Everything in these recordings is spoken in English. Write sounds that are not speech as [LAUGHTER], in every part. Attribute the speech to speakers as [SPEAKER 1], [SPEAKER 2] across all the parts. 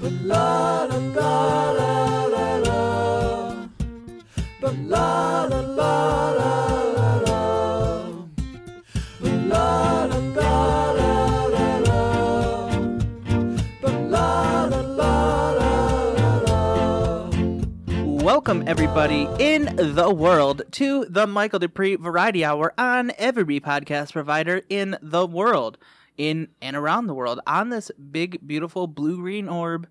[SPEAKER 1] la la la la la la. But la la la la la la. But la la la la la la. But la la la la la la.
[SPEAKER 2] Welcome, everybody, in the world to the Michael Dupree Variety Hour on every podcast provider in the world, in and around the world, on this big, beautiful blue green orb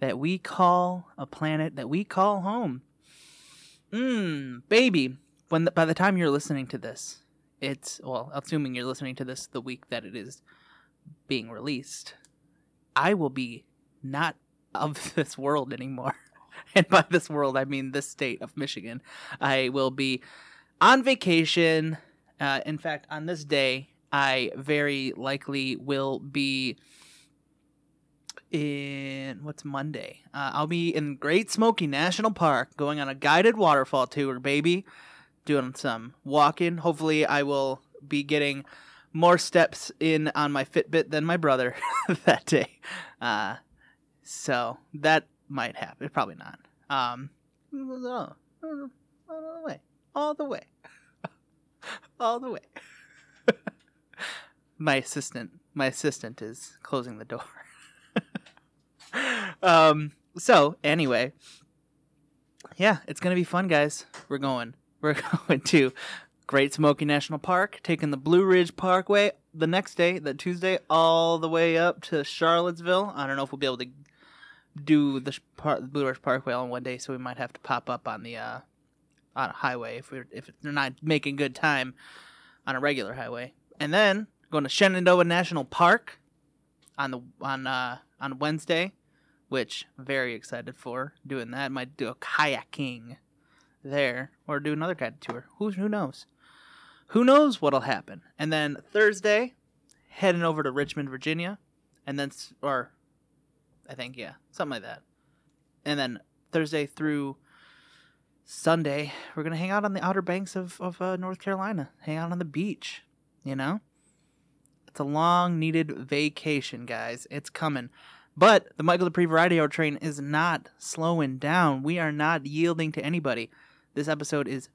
[SPEAKER 2] that we call a planet, that we call home. Mmm, baby, when the, by the time you're listening to this, it's, well, assuming you're listening to this the week that it is being released, I will be not of [LAUGHS] this world anymore. [LAUGHS] And by this world, I mean this state of Michigan. I will be on vacation. Uh, in fact, on this day, I very likely will be in what's Monday? Uh, I'll be in Great Smoky National Park going on a guided waterfall tour, baby. Doing some walking. Hopefully, I will be getting more steps in on my Fitbit than my brother [LAUGHS] that day. Uh, so that might happen. Probably not. Um, all, all the way, all the way, [LAUGHS] all the way. [LAUGHS] my assistant, my assistant is closing the door. [LAUGHS] um. So anyway, yeah, it's gonna be fun, guys. We're going. We're [LAUGHS] going to Great Smoky National Park, taking the Blue Ridge Parkway the next day, the Tuesday, all the way up to Charlottesville. I don't know if we'll be able to do the sh- par- the Blue Ridge Parkway all in one day, so we might have to pop up on the uh, on a highway if we're if they're not making good time on a regular highway, and then going to Shenandoah National Park on the on uh, on Wednesday, which I'm very excited for doing that. Might do a kayaking there or do another guided tour. Who who knows? Who knows what'll happen? And then Thursday, heading over to Richmond, Virginia, and then s- or I think, yeah, something like that. And then Thursday through Sunday, we're gonna hang out on the Outer Banks of of uh, North Carolina, hang out on the beach. You know, it's a long needed vacation, guys. It's coming. But the Michael Dupree Variety Hour train is not slowing down. We are not yielding to anybody. This episode is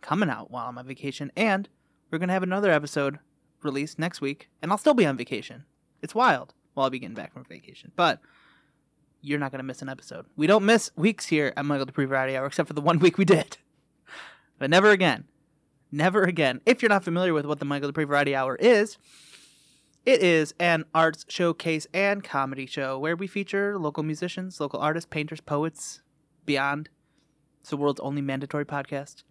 [SPEAKER 2] coming out while I'm on vacation, and we're gonna have another episode released next week, and I'll still be on vacation. It's wild. Well, I'll be getting back from vacation, but you're not going to miss an episode. We don't miss weeks here at Michael Dupree Variety Hour, except for the [LAUGHS] one week we did. But never again. Never again. If you're not familiar with what the Michael Dupree Variety Hour is, it is an arts showcase and comedy show where we feature local musicians, local artists, painters, poets, beyond. It's the world's only mandatory podcast.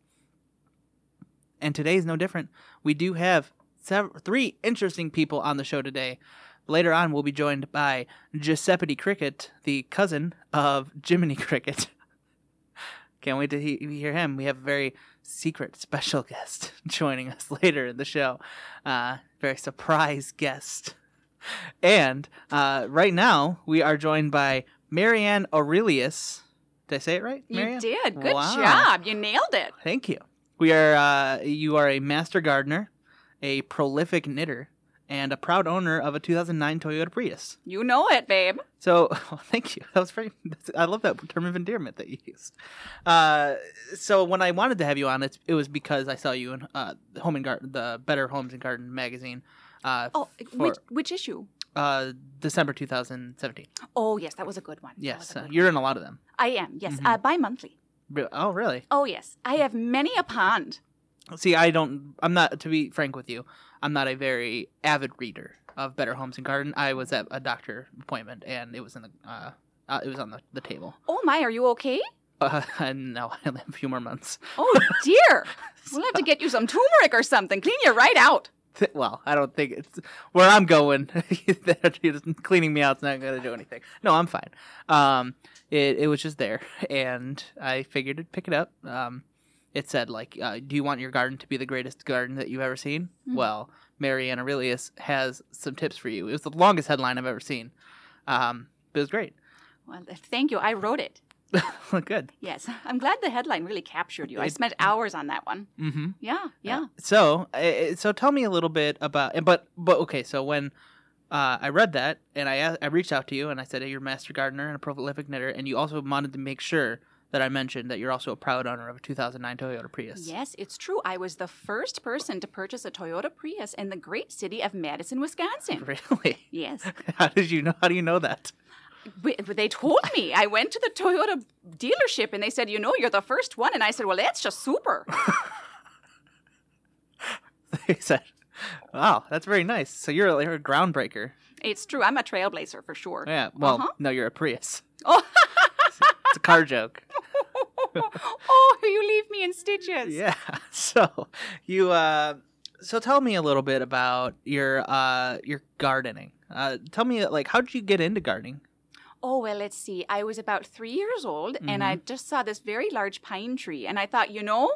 [SPEAKER 2] And today is no different. We do have sev- three interesting people on the show today. Later on, we'll be joined by Giuseppe Cricket, the cousin of Jiminy [LAUGHS] Cricket. Can't wait to he- hear him. We have a very secret special guest [LAUGHS] joining us later in the show. Uh, very surprise guest. And uh, right now, we are joined by Marianne Aurelius. Did I say it right?
[SPEAKER 3] You
[SPEAKER 2] Marianne?
[SPEAKER 3] did. Good
[SPEAKER 2] Wow.
[SPEAKER 3] job. You nailed it.
[SPEAKER 2] Thank you. We are uh, you are a master gardener, a prolific knitter, and a proud owner of a 2009 Toyota Prius.
[SPEAKER 3] You know it, babe.
[SPEAKER 2] So, [LAUGHS] well, thank you. That was very. That's, I love that term of endearment that you used. Uh, so when I wanted to have you on, it, it was because I saw you in uh, the Home and Garden, the Better Homes and Garden magazine, uh,
[SPEAKER 3] Oh,
[SPEAKER 2] For-
[SPEAKER 3] which, which issue?
[SPEAKER 2] uh, December 2017.
[SPEAKER 3] Oh, yes, that was a good one. That was
[SPEAKER 2] Yes,
[SPEAKER 3] a
[SPEAKER 2] uh,
[SPEAKER 3] good
[SPEAKER 2] you're in a lot of them.
[SPEAKER 3] one. I am. Yes,
[SPEAKER 2] Mhm.
[SPEAKER 3] uh, bi-monthly.
[SPEAKER 2] Re- Oh, really?
[SPEAKER 3] Oh, yes. I have many a pond.
[SPEAKER 2] See, I don't. I'm not. To be frank with you, I'm not a very avid reader of Better Homes and Garden. I was at a doctor appointment, and it was in the. Uh, uh, it was on the, the table.
[SPEAKER 3] Oh my, are you okay?
[SPEAKER 2] Uh, [LAUGHS] and now I only have a few more months.
[SPEAKER 3] Oh dear. we'll have to get you some turmeric or something. Clean you right out.
[SPEAKER 2] Th- [LAUGHS] Well, I don't think it's where I'm going. [LAUGHS] that just cleaning me out's not going to do anything. No, I'm fine. Um, it it was just there, [LAUGHS] and I figured to pick it up. Um, it said like, uh, "Do you want your garden to be the greatest garden that you've ever seen?"
[SPEAKER 3] Hmm.
[SPEAKER 2] Well, Marianne Aurelius has some tips for you. It was the longest headline I've ever seen. Um, but it was great. [LAUGHS]
[SPEAKER 3] Well, th- thank you. I wrote it.
[SPEAKER 2] Good.
[SPEAKER 3] Yes, [LAUGHS] I'm glad the headline really captured you. I
[SPEAKER 2] It- [LAUGHS]
[SPEAKER 3] spent hours on that one.
[SPEAKER 2] Mm-hmm.
[SPEAKER 3] Yeah, yeah.
[SPEAKER 2] So, uh, so tell me a little bit about. But but okay, so when uh, I read that and I a- I reached out to you and I said, hey, you're a master gardener and a prolific knitter, and you also wanted to make sure that I mentioned that you're also a proud owner of a 2009 Toyota Prius.
[SPEAKER 3] Yes, it's true. I was the first person to purchase a Toyota Prius in the great city of Madison, Wisconsin.
[SPEAKER 2] [LAUGHS] Really? [LAUGHS]
[SPEAKER 3] Yes.
[SPEAKER 2] How did you know? How do you know that? [LAUGHS]
[SPEAKER 3] But but they told me. I went to the Toyota dealership and they said, you know, you're the first one. And I said, well, that's just
[SPEAKER 2] [LAUGHS]
[SPEAKER 3] super.
[SPEAKER 2] They said, "Wow, that's very nice. So you're a, you're a groundbreaker."
[SPEAKER 3] It's true. I'm a trailblazer for sure.
[SPEAKER 2] Yeah. Well,
[SPEAKER 3] Uh-huh.
[SPEAKER 2] no, you're a Prius.
[SPEAKER 3] Oh.
[SPEAKER 2] it's a car joke.
[SPEAKER 3] [LAUGHS] oh, you leave me in
[SPEAKER 2] [LAUGHS]
[SPEAKER 3] stitches.
[SPEAKER 2] Yeah. So you uh so tell me a little bit about your uh your gardening. Uh tell me like how did you get into gardening?
[SPEAKER 3] Oh, well, let's see. I was about three years old and I
[SPEAKER 2] Mm-hmm.
[SPEAKER 3] just saw this very large pine tree. And I thought, you know,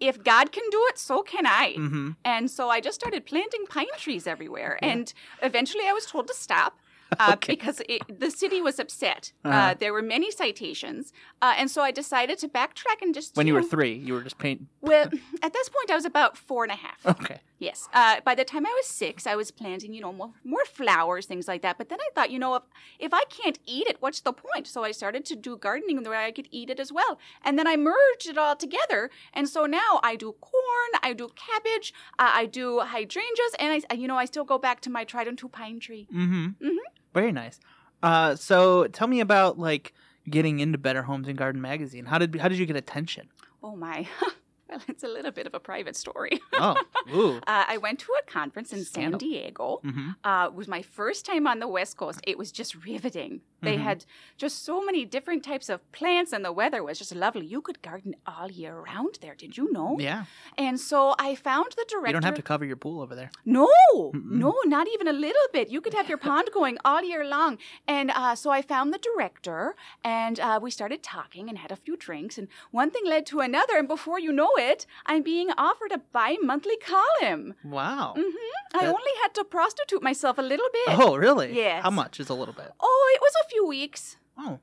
[SPEAKER 3] if God can do it, so can I.
[SPEAKER 2] Mm-hmm.
[SPEAKER 3] And so I just started planting pine trees everywhere. And eventually I was told to
[SPEAKER 2] [LAUGHS]
[SPEAKER 3] stop. Uh,
[SPEAKER 2] Okay.
[SPEAKER 3] Because it, the city was upset. uh
[SPEAKER 2] Uh-huh.
[SPEAKER 3] there were many citations. Uh, and so I decided to backtrack and just.
[SPEAKER 2] When you were
[SPEAKER 3] know,
[SPEAKER 2] 3, you were just paint
[SPEAKER 3] Well, at this point, I was about four and a half.
[SPEAKER 2] Okay.
[SPEAKER 3] Yes. Uh, by the time I was six, I was planting, you know, more, more flowers, things like that. But then I thought, you know, if, if I can't eat it, what's the point? So I started to do gardening the way I could eat it as well. And then I merged it all together. And so now I do corn, I do cabbage, uh, I do hydrangeas, and I, you know, I still go back to my tried and true pine tree.
[SPEAKER 2] Mhm.
[SPEAKER 3] Mhm.
[SPEAKER 2] Very nice. Uh so tell me about like getting into Better Homes and Garden magazine. How did how did you get attention?
[SPEAKER 3] Oh my. [LAUGHS] well, it's a little bit of a private story. [LAUGHS]
[SPEAKER 2] Oh. Ooh.
[SPEAKER 3] Uh, I went to a conference in San
[SPEAKER 2] Scandal.
[SPEAKER 3] Diego.
[SPEAKER 2] Mhm.
[SPEAKER 3] uh, it was my first time on the West Coast. It was just riveting. They
[SPEAKER 2] Mhm.
[SPEAKER 3] had just so many different types of plants, and the weather was just lovely. You could garden all year round there. Did you know?
[SPEAKER 2] Yeah.
[SPEAKER 3] And so I found the director.
[SPEAKER 2] You don't have to cover your pool over there.
[SPEAKER 3] No,
[SPEAKER 2] Mm-mm.
[SPEAKER 3] no, not even a little bit. You could
[SPEAKER 2] [LAUGHS]
[SPEAKER 3] have your pond going all year long. And uh, so I found the director, and uh, we started talking and had a few drinks. And one thing led to another, and before you know it, I'm being offered a bi-monthly column.
[SPEAKER 2] Wow.
[SPEAKER 3] Mm. I
[SPEAKER 2] That-
[SPEAKER 3] only had to prostitute myself a little bit.
[SPEAKER 2] Oh, really?
[SPEAKER 3] Yes.
[SPEAKER 2] How much is a little bit?
[SPEAKER 3] Oh, it was a few weeks,
[SPEAKER 2] Oh.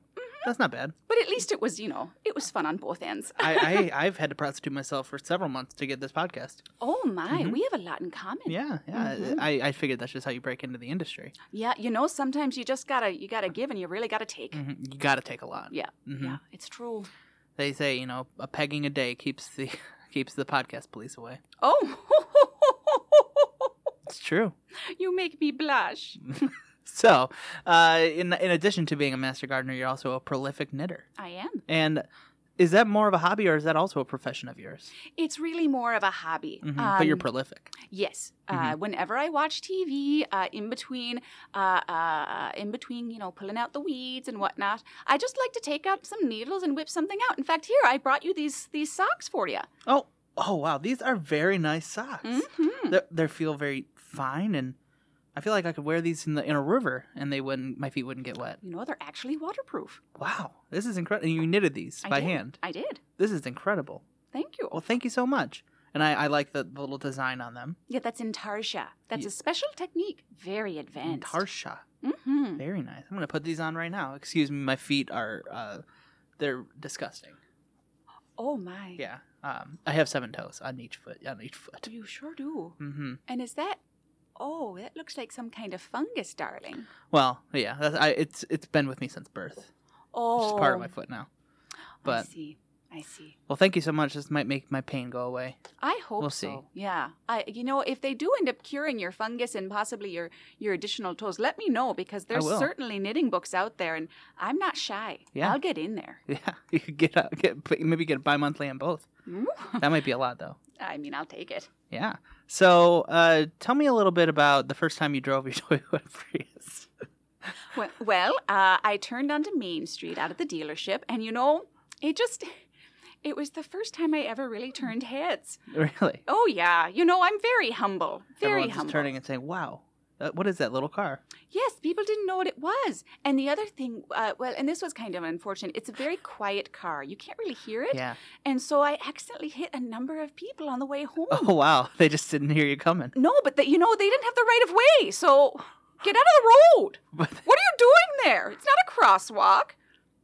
[SPEAKER 2] That's not bad.
[SPEAKER 3] but at least it was, you know, it was fun on both ends.
[SPEAKER 2] I, I I've had to prostitute myself for several months to get this podcast.
[SPEAKER 3] Oh my,
[SPEAKER 2] Mhm.
[SPEAKER 3] we have a lot in common.
[SPEAKER 2] Yeah, yeah.
[SPEAKER 3] Mhm.
[SPEAKER 2] I, I figured that's just how you break into the industry.
[SPEAKER 3] Yeah, you know, sometimes you just gotta you gotta give and you really gotta take.
[SPEAKER 2] Mhm. You got to take a lot.
[SPEAKER 3] Yeah,
[SPEAKER 2] Mhm.
[SPEAKER 3] Yeah, it's true.
[SPEAKER 2] They say you know a pegging a day keeps the [LAUGHS] keeps the podcast police away.
[SPEAKER 3] Oh, [LAUGHS]
[SPEAKER 2] It's true.
[SPEAKER 3] you make me blush.
[SPEAKER 2] So, uh, in in addition to being a master gardener, you're also a prolific knitter.
[SPEAKER 3] I am.
[SPEAKER 2] And is that more of a hobby or is that also a profession of yours?
[SPEAKER 3] It's really more of a hobby.
[SPEAKER 2] Mhm. but you're Mm-hmm.
[SPEAKER 3] Um,
[SPEAKER 2] prolific.
[SPEAKER 3] Yes. Uh, whenever I watch TV, uh, in between, uh, uh, in between, you know, pulling out the weeds and whatnot, I just like to take out some needles and whip something out. In fact, here I brought you these these socks for you.
[SPEAKER 2] Oh, oh wow, these are very nice socks.
[SPEAKER 3] Mm-hmm.
[SPEAKER 2] They they feel very fine and. I feel like I could wear these in the in a river and they wouldn't my feet wouldn't get wet.
[SPEAKER 3] You know, they're actually waterproof.
[SPEAKER 2] Wow, this is incredible. And you knitted these
[SPEAKER 3] I
[SPEAKER 2] by
[SPEAKER 3] did.
[SPEAKER 2] hand.
[SPEAKER 3] I did.
[SPEAKER 2] This is incredible.
[SPEAKER 3] Thank you.
[SPEAKER 2] Well, thank you so much. And I, I like the, the little design on them.
[SPEAKER 3] Yeah, that's intarsia. That's
[SPEAKER 2] Ye-
[SPEAKER 3] a special technique. Very advanced.
[SPEAKER 2] Tarsha.
[SPEAKER 3] Mm-hmm.
[SPEAKER 2] Very nice. I'm going to put these on right now. Excuse me, my feet are, uh, they're disgusting.
[SPEAKER 3] Oh my.
[SPEAKER 2] Yeah. Um, I have seven toes on each foot. On each foot.
[SPEAKER 3] You sure
[SPEAKER 2] [LAUGHS]
[SPEAKER 3] do.
[SPEAKER 2] Mm-hmm.
[SPEAKER 3] And is that? Oh, that looks like some kind of fungus, darling.
[SPEAKER 2] Well, yeah. That's, I, it's it's been with me since birth.
[SPEAKER 3] Oh,
[SPEAKER 2] It's just part of my foot now.
[SPEAKER 3] I
[SPEAKER 2] But
[SPEAKER 3] see. I see.
[SPEAKER 2] well, thank you so much. This might make my pain go away. [LAUGHS]
[SPEAKER 3] I hope
[SPEAKER 2] We'll see.
[SPEAKER 3] so. Yeah. I you know, if they do end up curing your fungus and possibly your your additional toes, let me know because there's
[SPEAKER 2] will.
[SPEAKER 3] certainly knitting books out there and I'm not shy.
[SPEAKER 2] Yeah.
[SPEAKER 3] I'll get in there.
[SPEAKER 2] Yeah, you could get out, get maybe get a bi-monthly on both.
[SPEAKER 3] Ooh. [LAUGHS]
[SPEAKER 2] That might be a lot though.
[SPEAKER 3] I mean, I'll take it.
[SPEAKER 2] Yeah. So, uh, tell me a little bit about the first time you drove your [LAUGHS] Toyota Prius.
[SPEAKER 3] Well, well uh, I turned onto Main Street out of the dealership and you know, it just it was the first time I ever really turned heads.
[SPEAKER 2] Really?
[SPEAKER 3] Oh yeah, you know, I'm very humble. Very
[SPEAKER 2] Everyone's
[SPEAKER 3] humble.
[SPEAKER 2] just turning and saying, "Wow, uh, what is that little car?"
[SPEAKER 3] Yes, people didn't know what it was. And the other thing, uh, well, and this was kind of unfortunate, it's a very quiet car. You can't really hear it. [LAUGHS]
[SPEAKER 2] Yeah.
[SPEAKER 3] And so I accidentally hit a number of people on the way home.
[SPEAKER 2] Oh wow, they just didn't hear you coming. [LAUGHS]
[SPEAKER 3] No, but the, you know, they didn't have the right of way. So get out of the road.
[SPEAKER 2] But
[SPEAKER 3] What are you doing there? It's not a crosswalk.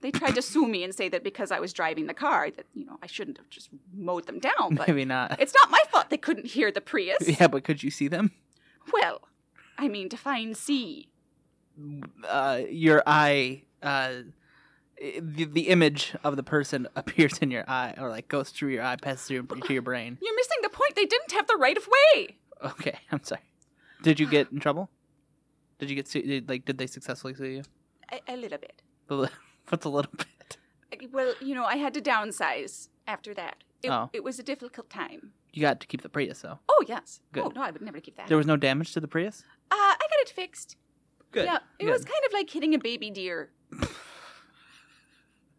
[SPEAKER 3] They tried to sue me and say that because I was driving the car that, you know, I shouldn't have just mowed
[SPEAKER 2] [LAUGHS]
[SPEAKER 3] them down, but
[SPEAKER 2] maybe not.
[SPEAKER 3] it's not my fault they couldn't hear the Prius.
[SPEAKER 2] Yeah, but could you see them?
[SPEAKER 3] Well, I mean, define C.
[SPEAKER 2] uh, your eye, uh, the, the image of the person [LAUGHS] appears in your eye, or like goes through your eye, passes through to your brain. [LAUGHS]
[SPEAKER 3] You're missing the point. They didn't have the right of way.
[SPEAKER 2] Okay, I'm sorry. Did you get in trouble? Did you get su- did- like? Did they successfully sue you? [LAUGHS]
[SPEAKER 3] A, a little bit.
[SPEAKER 2] The li- What's a little bit?
[SPEAKER 3] Uh, Well, you know, I had to downsize after that. It,
[SPEAKER 2] Oh.
[SPEAKER 3] it was a difficult time.
[SPEAKER 2] You got to keep the Prius though.
[SPEAKER 3] Oh yes.
[SPEAKER 2] Good.
[SPEAKER 3] Oh no, I would never keep that.
[SPEAKER 2] There was no damage to the Prius.
[SPEAKER 3] uh, I got it fixed.
[SPEAKER 2] Good.
[SPEAKER 3] Yeah, it
[SPEAKER 2] good.
[SPEAKER 3] was kind of like hitting a baby deer.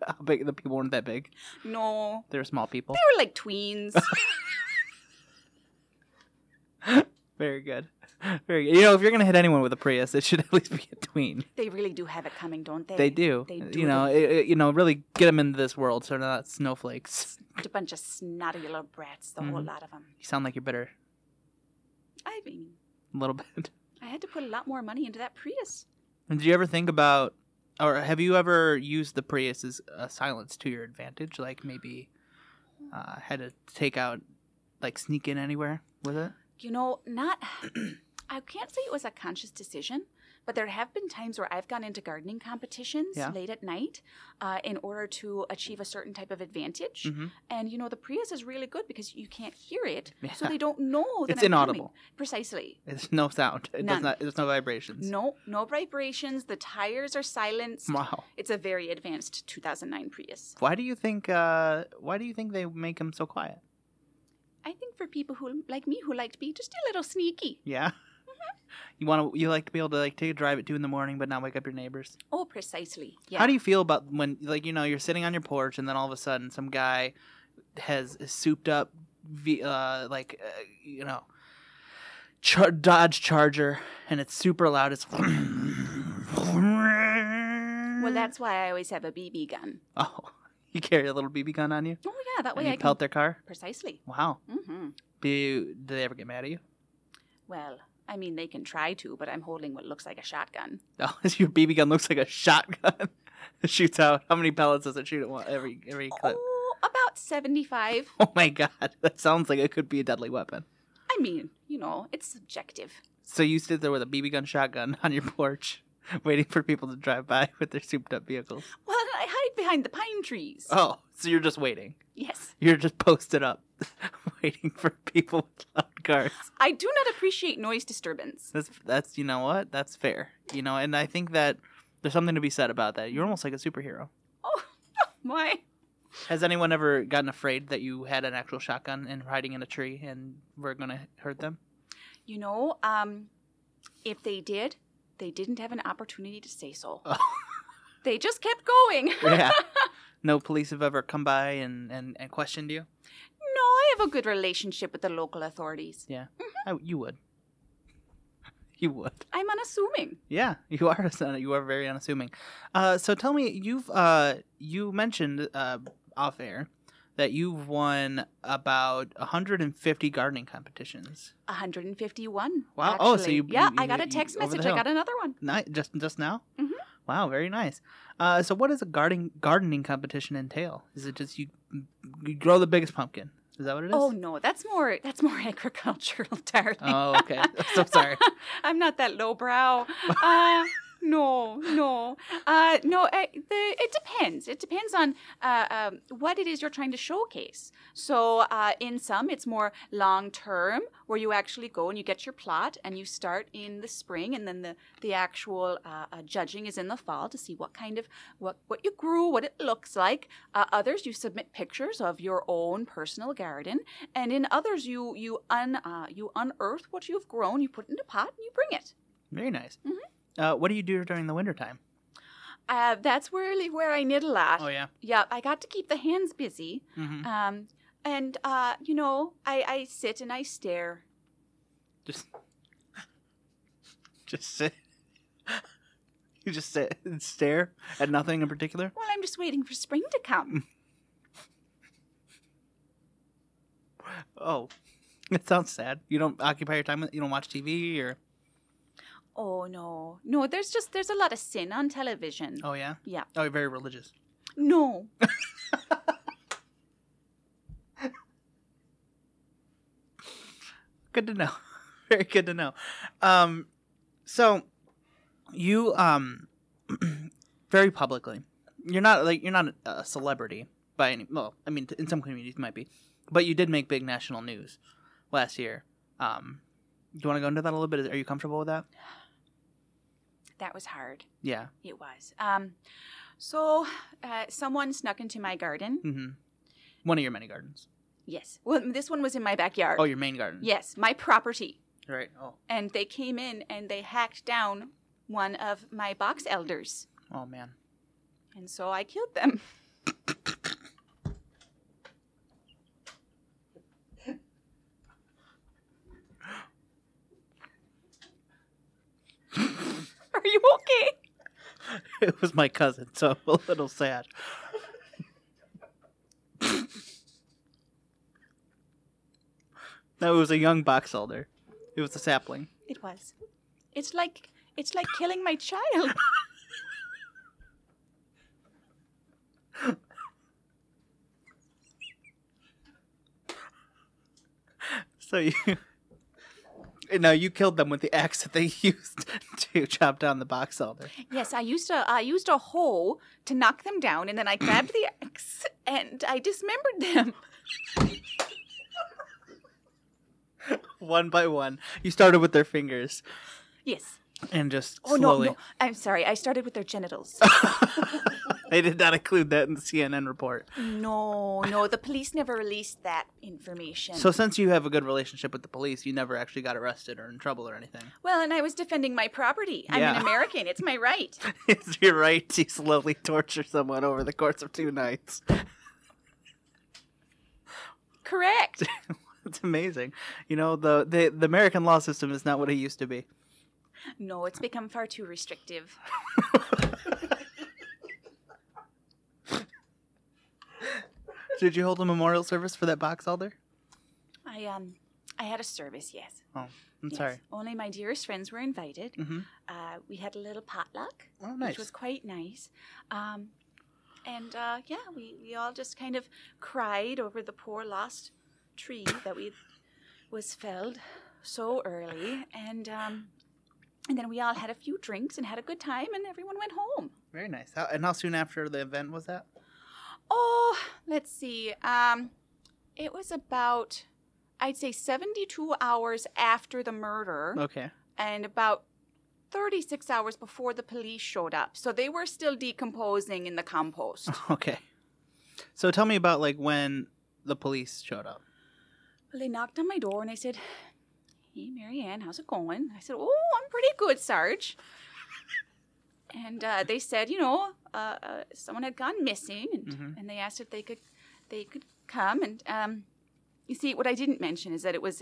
[SPEAKER 2] How big? The people weren't that big.
[SPEAKER 3] No,
[SPEAKER 2] They were small people.
[SPEAKER 3] they were like
[SPEAKER 2] [LAUGHS]
[SPEAKER 3] tweens.
[SPEAKER 2] Very good. [LAUGHS] Very good. You know, if you're gonna hit anyone with a Prius, it should [LAUGHS] at least be a tween.
[SPEAKER 3] they really do have it coming, don't they?
[SPEAKER 2] They do.
[SPEAKER 3] They do.
[SPEAKER 2] You know,
[SPEAKER 3] They're
[SPEAKER 2] it, it- you know, really get them into this world so they're not snowflakes. [LAUGHS]
[SPEAKER 3] a bunch of snotty little brats, the whole
[SPEAKER 2] Mhm.
[SPEAKER 3] lot of them.
[SPEAKER 2] You sound like you're bitter
[SPEAKER 3] I mean,
[SPEAKER 2] a little bit. [LAUGHS]
[SPEAKER 3] I had to put a lot more money into that Prius.
[SPEAKER 2] And did you ever think about, or have you ever used the Prius's uh, silence to your advantage? Like maybe uh, had to take out, like sneak in anywhere with it?
[SPEAKER 3] You know, not. [CLEARS THROAT] I can't say it was a conscious decision, but there have been times where I've gone into gardening competitions
[SPEAKER 2] Yeah.
[SPEAKER 3] late at night uh, in order to achieve a certain type of advantage.
[SPEAKER 2] Mm-hmm.
[SPEAKER 3] And you know, the Prius is really good because you can't hear it,
[SPEAKER 2] Yeah.
[SPEAKER 3] so they don't know that
[SPEAKER 2] It's
[SPEAKER 3] I'm coming.
[SPEAKER 2] inaudible.
[SPEAKER 3] Precisely.
[SPEAKER 2] There's no sound. It does
[SPEAKER 3] None.
[SPEAKER 2] not. There's no vibrations.
[SPEAKER 3] No, no vibrations. The tires are silenced.
[SPEAKER 2] [LAUGHS] Wow.
[SPEAKER 3] It's a very advanced 2009 Prius.
[SPEAKER 2] Why do you think? Uh, why do you think they make them so quiet?
[SPEAKER 3] I think for people who like me, who like to be just a little sneaky. [LAUGHS]
[SPEAKER 2] Yeah. You want to. You like to be able to like take a drive at two in the morning, but not wake up your neighbors.
[SPEAKER 3] Oh, precisely. Yeah.
[SPEAKER 2] How do you feel about when, like, you know, you're sitting on your porch and then all of a sudden some guy has is souped up, v, uh, like, uh, you know, char- Dodge Charger and it's super loud. It's. Well,
[SPEAKER 3] well, that's why I always have a BB gun.
[SPEAKER 2] [LAUGHS] Oh, you carry a little BB gun on you?
[SPEAKER 3] Oh yeah, that way
[SPEAKER 2] and you
[SPEAKER 3] I can
[SPEAKER 2] pelt their car?
[SPEAKER 3] [LAUGHS] precisely.
[SPEAKER 2] Wow.
[SPEAKER 3] hmm
[SPEAKER 2] Do, you, do they ever get mad at you? [LAUGHS]
[SPEAKER 3] Well, I mean they can try to, but I'm holding what looks like a shotgun.
[SPEAKER 2] Oh, [LAUGHS] your BB gun looks like a shotgun. [LAUGHS] it shoots out. How many pellets does it shoot at one, every, every clip? [LAUGHS]
[SPEAKER 3] Oh, about 75.
[SPEAKER 2] Oh my god, [LAUGHS] that sounds like it could be a deadly weapon.
[SPEAKER 3] I mean, you know, it's subjective.
[SPEAKER 2] So you sit there with a BB gun shotgun [LAUGHS] on your porch, waiting for people to drive by [LAUGHS] with their souped up vehicles.
[SPEAKER 3] Well, I hide behind the pine trees.
[SPEAKER 2] Oh, so you're just waiting.
[SPEAKER 3] Yes,
[SPEAKER 2] You're just posted up, [LAUGHS] waiting for people with loud cars.
[SPEAKER 3] I do not appreciate noise disturbance.
[SPEAKER 2] That's that's you know what? That's fair. You know, and I think that there's something to be said about that. You're almost like a superhero.
[SPEAKER 3] Oh, why?
[SPEAKER 2] Has anyone ever gotten afraid that you had an actual shotgun and hiding in a tree and were gonna hurt them?
[SPEAKER 3] You know, um, if they did, they didn't have an opportunity to
[SPEAKER 2] [LAUGHS]
[SPEAKER 3] say so.
[SPEAKER 2] Oh.
[SPEAKER 3] they just kept going.
[SPEAKER 2] Yeah. no police have ever come by and, and, and questioned you?
[SPEAKER 3] No, I have a good relationship with the local authorities.
[SPEAKER 2] I, you would. [LAUGHS] You would.
[SPEAKER 3] I'm unassuming.
[SPEAKER 2] Yeah, you are. [LAUGHS] a- You are very unassuming. Uh, so tell me, you've uh, you mentioned uh, off air that you've won about 150 gardening competitions.
[SPEAKER 3] 151.
[SPEAKER 2] Wow. Oh, so
[SPEAKER 3] actually.
[SPEAKER 2] you-
[SPEAKER 3] yeah,
[SPEAKER 2] you-
[SPEAKER 3] I got
[SPEAKER 2] you-
[SPEAKER 3] a
[SPEAKER 2] you-
[SPEAKER 3] text
[SPEAKER 2] over the
[SPEAKER 3] message. I
[SPEAKER 2] hill.
[SPEAKER 3] got another one.
[SPEAKER 2] Ni- just just now.
[SPEAKER 3] Mhm.
[SPEAKER 2] Wow, very nice. Uh, so what does a gardening gardening competition entail? Is it just you, you grow the biggest pumpkin? Is that what it is?
[SPEAKER 3] Oh no, that's more that's more [LAUGHS] agricultural, darling.
[SPEAKER 2] [LAUGHS] Oh, okay. [LAUGHS] I'm so sorry.
[SPEAKER 3] I'm not that lowbrow. Uh, no, no, uh, no. I, the, it depends. It depends on uh, um, what it is you're trying to showcase. So, uh, in some, it's more long term, where you actually go and you get your plot, and you start in the spring, and then the the actual uh, uh, judging is in the fall to see what kind of what what you grew, what it looks like. Uh, others, you submit pictures of your own personal garden, and in others, you you un uh, you unearth what you've grown, you put it in a pot, and you bring it.
[SPEAKER 2] Very nice.
[SPEAKER 3] Mm-hmm.
[SPEAKER 2] Uh, what do you do during the wintertime?
[SPEAKER 3] Uh, that's really where I knit a lot.
[SPEAKER 2] Oh yeah.
[SPEAKER 3] Yeah, I got to keep the hands busy.
[SPEAKER 2] hmm
[SPEAKER 3] Um, and uh, you know, I, I sit and I stare.
[SPEAKER 2] Just, [LAUGHS] just sit. [LAUGHS] You just sit and stare at nothing in particular.
[SPEAKER 3] Well, I'm just waiting for spring to
[SPEAKER 2] Mm.
[SPEAKER 3] come.
[SPEAKER 2] Oh, [LAUGHS] that sounds sad. You don't occupy your time. with You don't watch TV or.
[SPEAKER 3] Oh no, no. There's just there's a lot of sin on television.
[SPEAKER 2] Oh yeah.
[SPEAKER 3] Yeah.
[SPEAKER 2] Oh, you're very religious.
[SPEAKER 3] No.
[SPEAKER 2] [LAUGHS] Good to know. Very good to know. Um, So, you um, [CLEARS THROAT] very publicly, you're not like you're not a celebrity by any. Well, I mean, in some communities you might be, but you did make big national news last year. Um, do you want to go into that a little bit? Are you comfortable with that?
[SPEAKER 3] That was hard.
[SPEAKER 2] Yeah.
[SPEAKER 3] It was. Um, so uh, someone snuck into my garden.
[SPEAKER 2] Mm-hmm. One of your many gardens.
[SPEAKER 3] Yes. Well, this one was in my backyard.
[SPEAKER 2] Oh, your main garden.
[SPEAKER 3] Yes, my property.
[SPEAKER 2] Right. Oh.
[SPEAKER 3] And they came in and they hacked down one of my box elders.
[SPEAKER 2] Oh man.
[SPEAKER 3] And so I killed them. [LAUGHS] Are you okay?
[SPEAKER 2] [LAUGHS] it was my cousin, so I'm a little sad. no, it was a young box elder. It was a sapling.
[SPEAKER 3] It was. It's like it's like killing my child.
[SPEAKER 2] So you. [LAUGHS] No, you killed them with the axe that they [LAUGHS] used to chop down the box elder.
[SPEAKER 3] [LAUGHS] Yes, I used a I used a hoe to knock them down, and then I grabbed the axe and I dismembered them.
[SPEAKER 2] One by one. You started with their fingers
[SPEAKER 3] Yes.
[SPEAKER 2] and just
[SPEAKER 3] Oh
[SPEAKER 2] slowly.
[SPEAKER 3] no, no. I'm sorry. I started with their genitals.
[SPEAKER 2] [LAUGHS] they did not include that in the CNN report.
[SPEAKER 3] no, no. The police never released that information.
[SPEAKER 2] So, since you have a good relationship with the police, you never actually got arrested or in trouble or anything.
[SPEAKER 3] well, and I was defending my property. I'm
[SPEAKER 2] Yeah.
[SPEAKER 3] an American. It's my
[SPEAKER 2] [LAUGHS]
[SPEAKER 3] right.
[SPEAKER 2] It's your right to slowly torture someone over the course of two nights. [LAUGHS]
[SPEAKER 3] Correct.
[SPEAKER 2] It's amazing. You know, the, the, the American law system is not what it used to be. [LAUGHS]
[SPEAKER 3] No, it's become far too restrictive.
[SPEAKER 2] Did you hold a memorial service for that box elder?
[SPEAKER 3] I um, I had a service. Yes.
[SPEAKER 2] I'm
[SPEAKER 3] Yes.
[SPEAKER 2] sorry.
[SPEAKER 3] Only my dearest friends were invited.
[SPEAKER 2] Mm-hmm.
[SPEAKER 3] Uh, we had a little potluck.
[SPEAKER 2] Oh, nice.
[SPEAKER 3] which was quite nice. Um, and uh, yeah, we, we all just kind of cried over the poor lost tree that we [LAUGHS] was felled so early, and um, and then we all had a few drinks and had a good time, and everyone went home.
[SPEAKER 2] Very nice. How, and how soon after the event was that?
[SPEAKER 3] Oh, let's see. Um, it was about I'd say seventy-two hours after the murder.
[SPEAKER 2] Okay. [LAUGHS]
[SPEAKER 3] and about 36 hours before the police showed up. So they were still decomposing in the compost.
[SPEAKER 2] Okay. So tell me about like when the police showed up.
[SPEAKER 3] Well, they knocked on my door and they said, Hey, Marianne, how's it going? I said, Oh, I'm pretty good, Sarge. and uh, they said, You know, uh, uh, someone had gone missing, and,
[SPEAKER 2] Mhm.
[SPEAKER 3] and they asked if they could, they could come. And um, you see, what I didn't mention is that it was,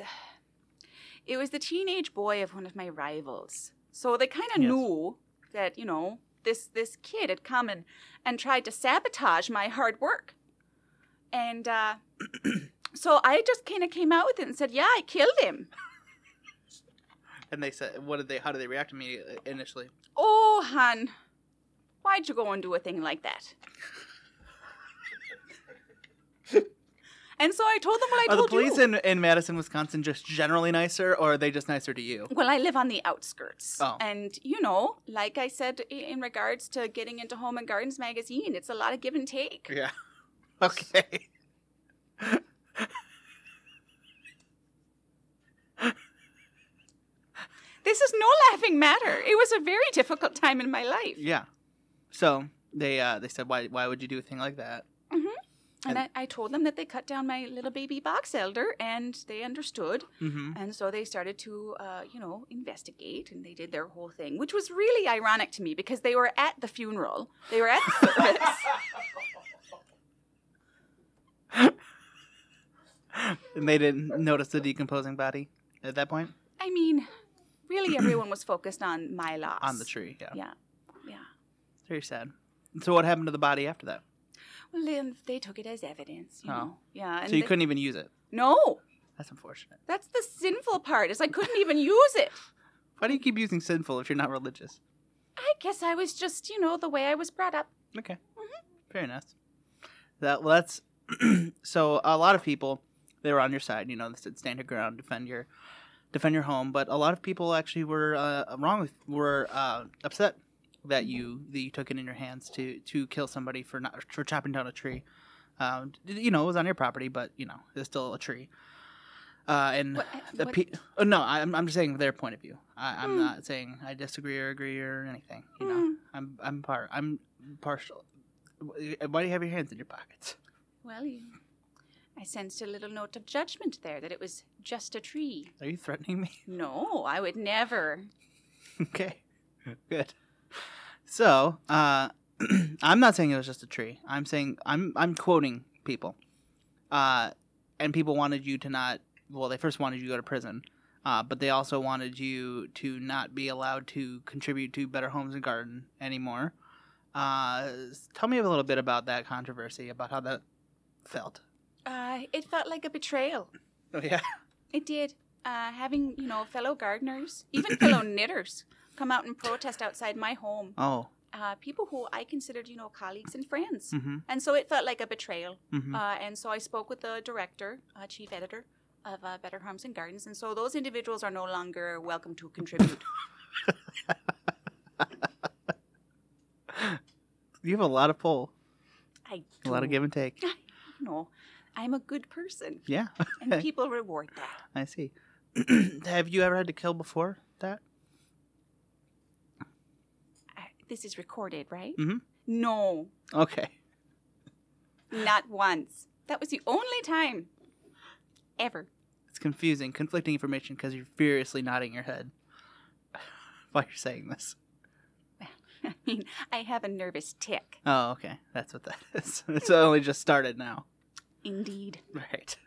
[SPEAKER 3] it was the teenage boy of one of my rivals. So they kind of
[SPEAKER 2] Yes.
[SPEAKER 3] knew that, you know, this this kid had come and, and tried to sabotage my hard work. And uh, [CLEARS THROAT] so I just kind of came out with it and said, "Yeah, I killed him."
[SPEAKER 2] And they said, "What did they? How did they react to me initially?"
[SPEAKER 3] Oh, hon, why'd you go and do a thing
[SPEAKER 2] [LAUGHS]
[SPEAKER 3] like that? and so I told them what I
[SPEAKER 2] Are the
[SPEAKER 3] told
[SPEAKER 2] police
[SPEAKER 3] you.
[SPEAKER 2] in, in Madison, Wisconsin, just generally nicer, or are they just nicer to you?
[SPEAKER 3] well, I live on the outskirts,
[SPEAKER 2] Oh.
[SPEAKER 3] and you know, like I said i- in regards to getting into Home and Gardens magazine, it's a lot of give and take. [LAUGHS]
[SPEAKER 2] Yeah. Okay.
[SPEAKER 3] This is no laughing matter. It was a very difficult time in my life.
[SPEAKER 2] Yeah. So they uh, they said, "Why why would you do a thing like that?"
[SPEAKER 3] And I,
[SPEAKER 2] And-
[SPEAKER 3] I told them that they cut down my little baby box elder, and they understood. [LAUGHS]
[SPEAKER 2] Mm-hmm.
[SPEAKER 3] And so they started to, uh, you know, investigate, and they did their whole thing, which was really ironic to me because they were at the funeral, they were at
[SPEAKER 2] [LAUGHS]
[SPEAKER 3] the service.
[SPEAKER 2] And they didn't notice the decomposing body at that point
[SPEAKER 3] I mean, really, everyone was focused on my loss.
[SPEAKER 2] on the tree. Yeah.
[SPEAKER 3] Yeah, yeah.
[SPEAKER 2] Very sad. So what happened to the body after that?
[SPEAKER 3] Well, then they took it as evidence. You
[SPEAKER 2] Oh.
[SPEAKER 3] know? Yeah. and
[SPEAKER 2] so you
[SPEAKER 3] they-
[SPEAKER 2] couldn't even use it.
[SPEAKER 3] No,
[SPEAKER 2] That's unfortunate.
[SPEAKER 3] that's the sinful part. Is I couldn't even use it.
[SPEAKER 2] Why do you keep using sinful if you're not religious?
[SPEAKER 3] I guess I was just, you know, the way I was brought up.
[SPEAKER 2] Okay. Fair enough. That well, that's [CLEARS THROAT] so a lot of people they were on your side, you know, they said stand your ground, defend your defend your home. But a lot of people actually were uh, wrong with were uh, upset that you that you took it in your hands to to kill somebody for not for chopping down a tree. Um, d- you know, it was on your property, but you know, it's still a tree. Uh, and
[SPEAKER 3] What-
[SPEAKER 2] the
[SPEAKER 3] what-
[SPEAKER 2] pe- oh, no, I'm, I'm just saying their point of view. I, I'm
[SPEAKER 3] Hmm.
[SPEAKER 2] not saying I disagree or agree or anything. You know,
[SPEAKER 3] Hmm.
[SPEAKER 2] I'm I'm par I'm partial. Why do you have your hands in your pockets?
[SPEAKER 3] Well, you, I sensed a little note of judgment there that it was just a tree.
[SPEAKER 2] Are you threatening me? [LAUGHS]
[SPEAKER 3] No, I would never.
[SPEAKER 2] okay, good. So uh, [CLEARS THROAT] I'm not saying it was just a tree. I'm saying I'm I'm quoting people, uh, and people wanted you to not. Well, they first wanted you to go to prison, uh, but they also wanted you to not be allowed to contribute to Better Homes and Garden anymore. Uh, s- tell me a little bit about that controversy, about how that felt.
[SPEAKER 3] Uh, it felt like a betrayal.
[SPEAKER 2] Oh yeah.
[SPEAKER 3] It did. Uh, having you know fellow gardeners, even
[SPEAKER 2] [COUGHS]
[SPEAKER 3] fellow knitters, come out and protest outside my home.
[SPEAKER 2] Oh.
[SPEAKER 3] Uh, people who I considered you know colleagues and friends,
[SPEAKER 2] Mm-hmm.
[SPEAKER 3] and so it felt like a betrayal.
[SPEAKER 2] Mm-hmm.
[SPEAKER 3] Uh, and so I spoke with the director, uh, chief editor of uh, Better Homes and Gardens, and so those individuals are no longer welcome
[SPEAKER 2] [LAUGHS]
[SPEAKER 3] to contribute.
[SPEAKER 2] you have a lot of pull,
[SPEAKER 3] I
[SPEAKER 2] a lot of
[SPEAKER 3] do
[SPEAKER 2] give and take.
[SPEAKER 3] know I'm a good person,
[SPEAKER 2] Yeah.
[SPEAKER 3] and people reward that.
[SPEAKER 2] I [CLEARS THROAT] see. Have you ever had to kill before that?
[SPEAKER 3] I, this is recorded, right?
[SPEAKER 2] Mhm.
[SPEAKER 3] No,
[SPEAKER 2] Okay.
[SPEAKER 3] not once. That was the only time ever. [LAUGHS]
[SPEAKER 2] It's confusing, conflicting information because you're furiously nodding your head [SIGHS] while you're saying this.
[SPEAKER 3] I mean, I have a nervous tick.
[SPEAKER 2] Oh, okay. That's what that [LAUGHS] is. It's only just started now.
[SPEAKER 3] Indeed.
[SPEAKER 2] Right.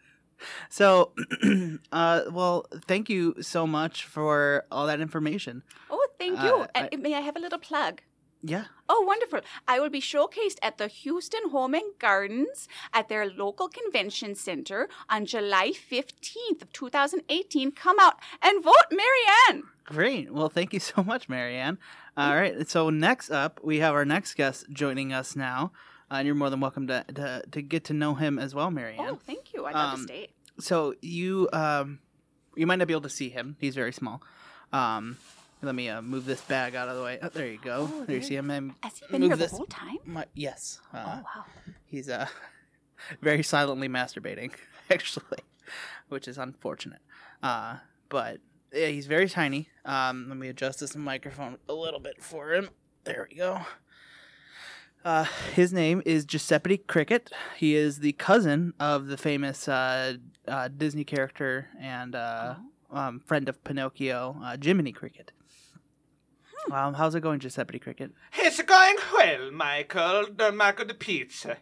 [SPEAKER 2] So, [CLEARS THROAT] uh, well, thank you so much for all that information.
[SPEAKER 3] Oh, thank you.
[SPEAKER 2] Uh,
[SPEAKER 3] and may I have a little plug?
[SPEAKER 2] Yeah.
[SPEAKER 3] Oh, wonderful. I will be showcased at the Houston Home and Gardens at their local convention center on July 15th of 2018. Come out and vote Marianne. Oh,
[SPEAKER 2] Great. Well, thank you [LAUGHS] so much, Marianne. All right. So next up, we have our next guest joining us now, uh, and you're more than welcome to, to to get to know him as well, Marianne.
[SPEAKER 3] Oh, thank you. I'd love
[SPEAKER 2] Um,
[SPEAKER 3] to stay.
[SPEAKER 2] So you um, you might not be able to see him. He's very small. Um, let me uh, move this bag out of the way. Oh, there you go.
[SPEAKER 3] Oh,
[SPEAKER 2] there,
[SPEAKER 3] there
[SPEAKER 2] you see him. And
[SPEAKER 3] Has he been
[SPEAKER 2] move
[SPEAKER 3] here the
[SPEAKER 2] this-
[SPEAKER 3] whole time?
[SPEAKER 2] my, yes. Uh,
[SPEAKER 3] oh, wow.
[SPEAKER 2] He's uh, [LAUGHS] very silently masturbating, [LAUGHS] actually, which is unfortunate. Uh, but yeah, he's very tiny. Um, let me adjust this microphone a little bit for him. There we go. Uh, his name is Giuseppe Cricket. He is the cousin of the famous uh, uh, Disney character and uh,
[SPEAKER 3] Oh.
[SPEAKER 2] um, friend of Pinocchio, uh, Jiminy Cricket. Um, how's it going, Giuseppe Cricket?
[SPEAKER 4] It's going well, Michael. The Marco the pizza.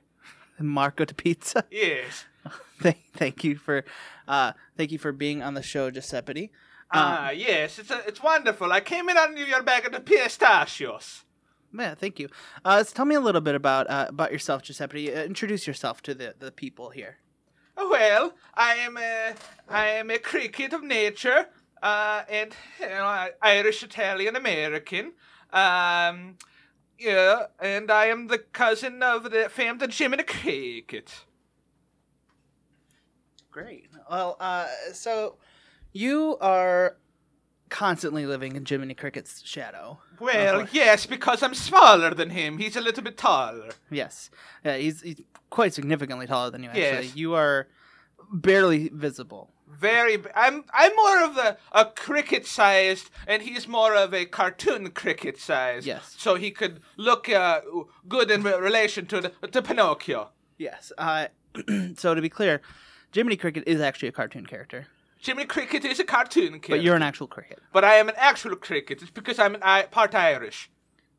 [SPEAKER 2] Marco de Pizza.
[SPEAKER 4] Yes.
[SPEAKER 2] [LAUGHS] thank, thank you for uh thank you for being on the show giuseppe
[SPEAKER 4] Ah,
[SPEAKER 2] uh,
[SPEAKER 4] yes. It's a, it's wonderful. I came in on your bag of the pistachios.
[SPEAKER 2] yeah thank you uh so tell me a little bit about uh, about yourself giuseppe uh, introduce yourself to the the people here
[SPEAKER 4] Well, I am a I am a cricket of nature, uh, and you know, I- Irish Italian American. Um, yeah, and I am the cousin of the family Jiminy Cricket.
[SPEAKER 2] great well uh so you are constantly living in jiminy cricket's shadow
[SPEAKER 4] Well,
[SPEAKER 2] Okay.
[SPEAKER 4] yes, because I'm smaller than him. He's a little bit taller.
[SPEAKER 2] yes yeah, he's, he's quite significantly taller than you actually
[SPEAKER 4] Yes.
[SPEAKER 2] you are barely visible
[SPEAKER 4] Very. b- I'm. I'm more of a, a cricket sized, and he's more of a cartoon cricket sized.
[SPEAKER 2] Yes.
[SPEAKER 4] So he could look uh, good in re- relation to the, to Pinocchio.
[SPEAKER 2] yes uh [CLEARS THROAT] so to be clear jiminy cricket is actually a cartoon character
[SPEAKER 4] Jimmy Cricket is a cartoon kid.
[SPEAKER 2] but you're an actual cricket
[SPEAKER 4] But I am an actual cricket. It's because I'm an I, part Irish.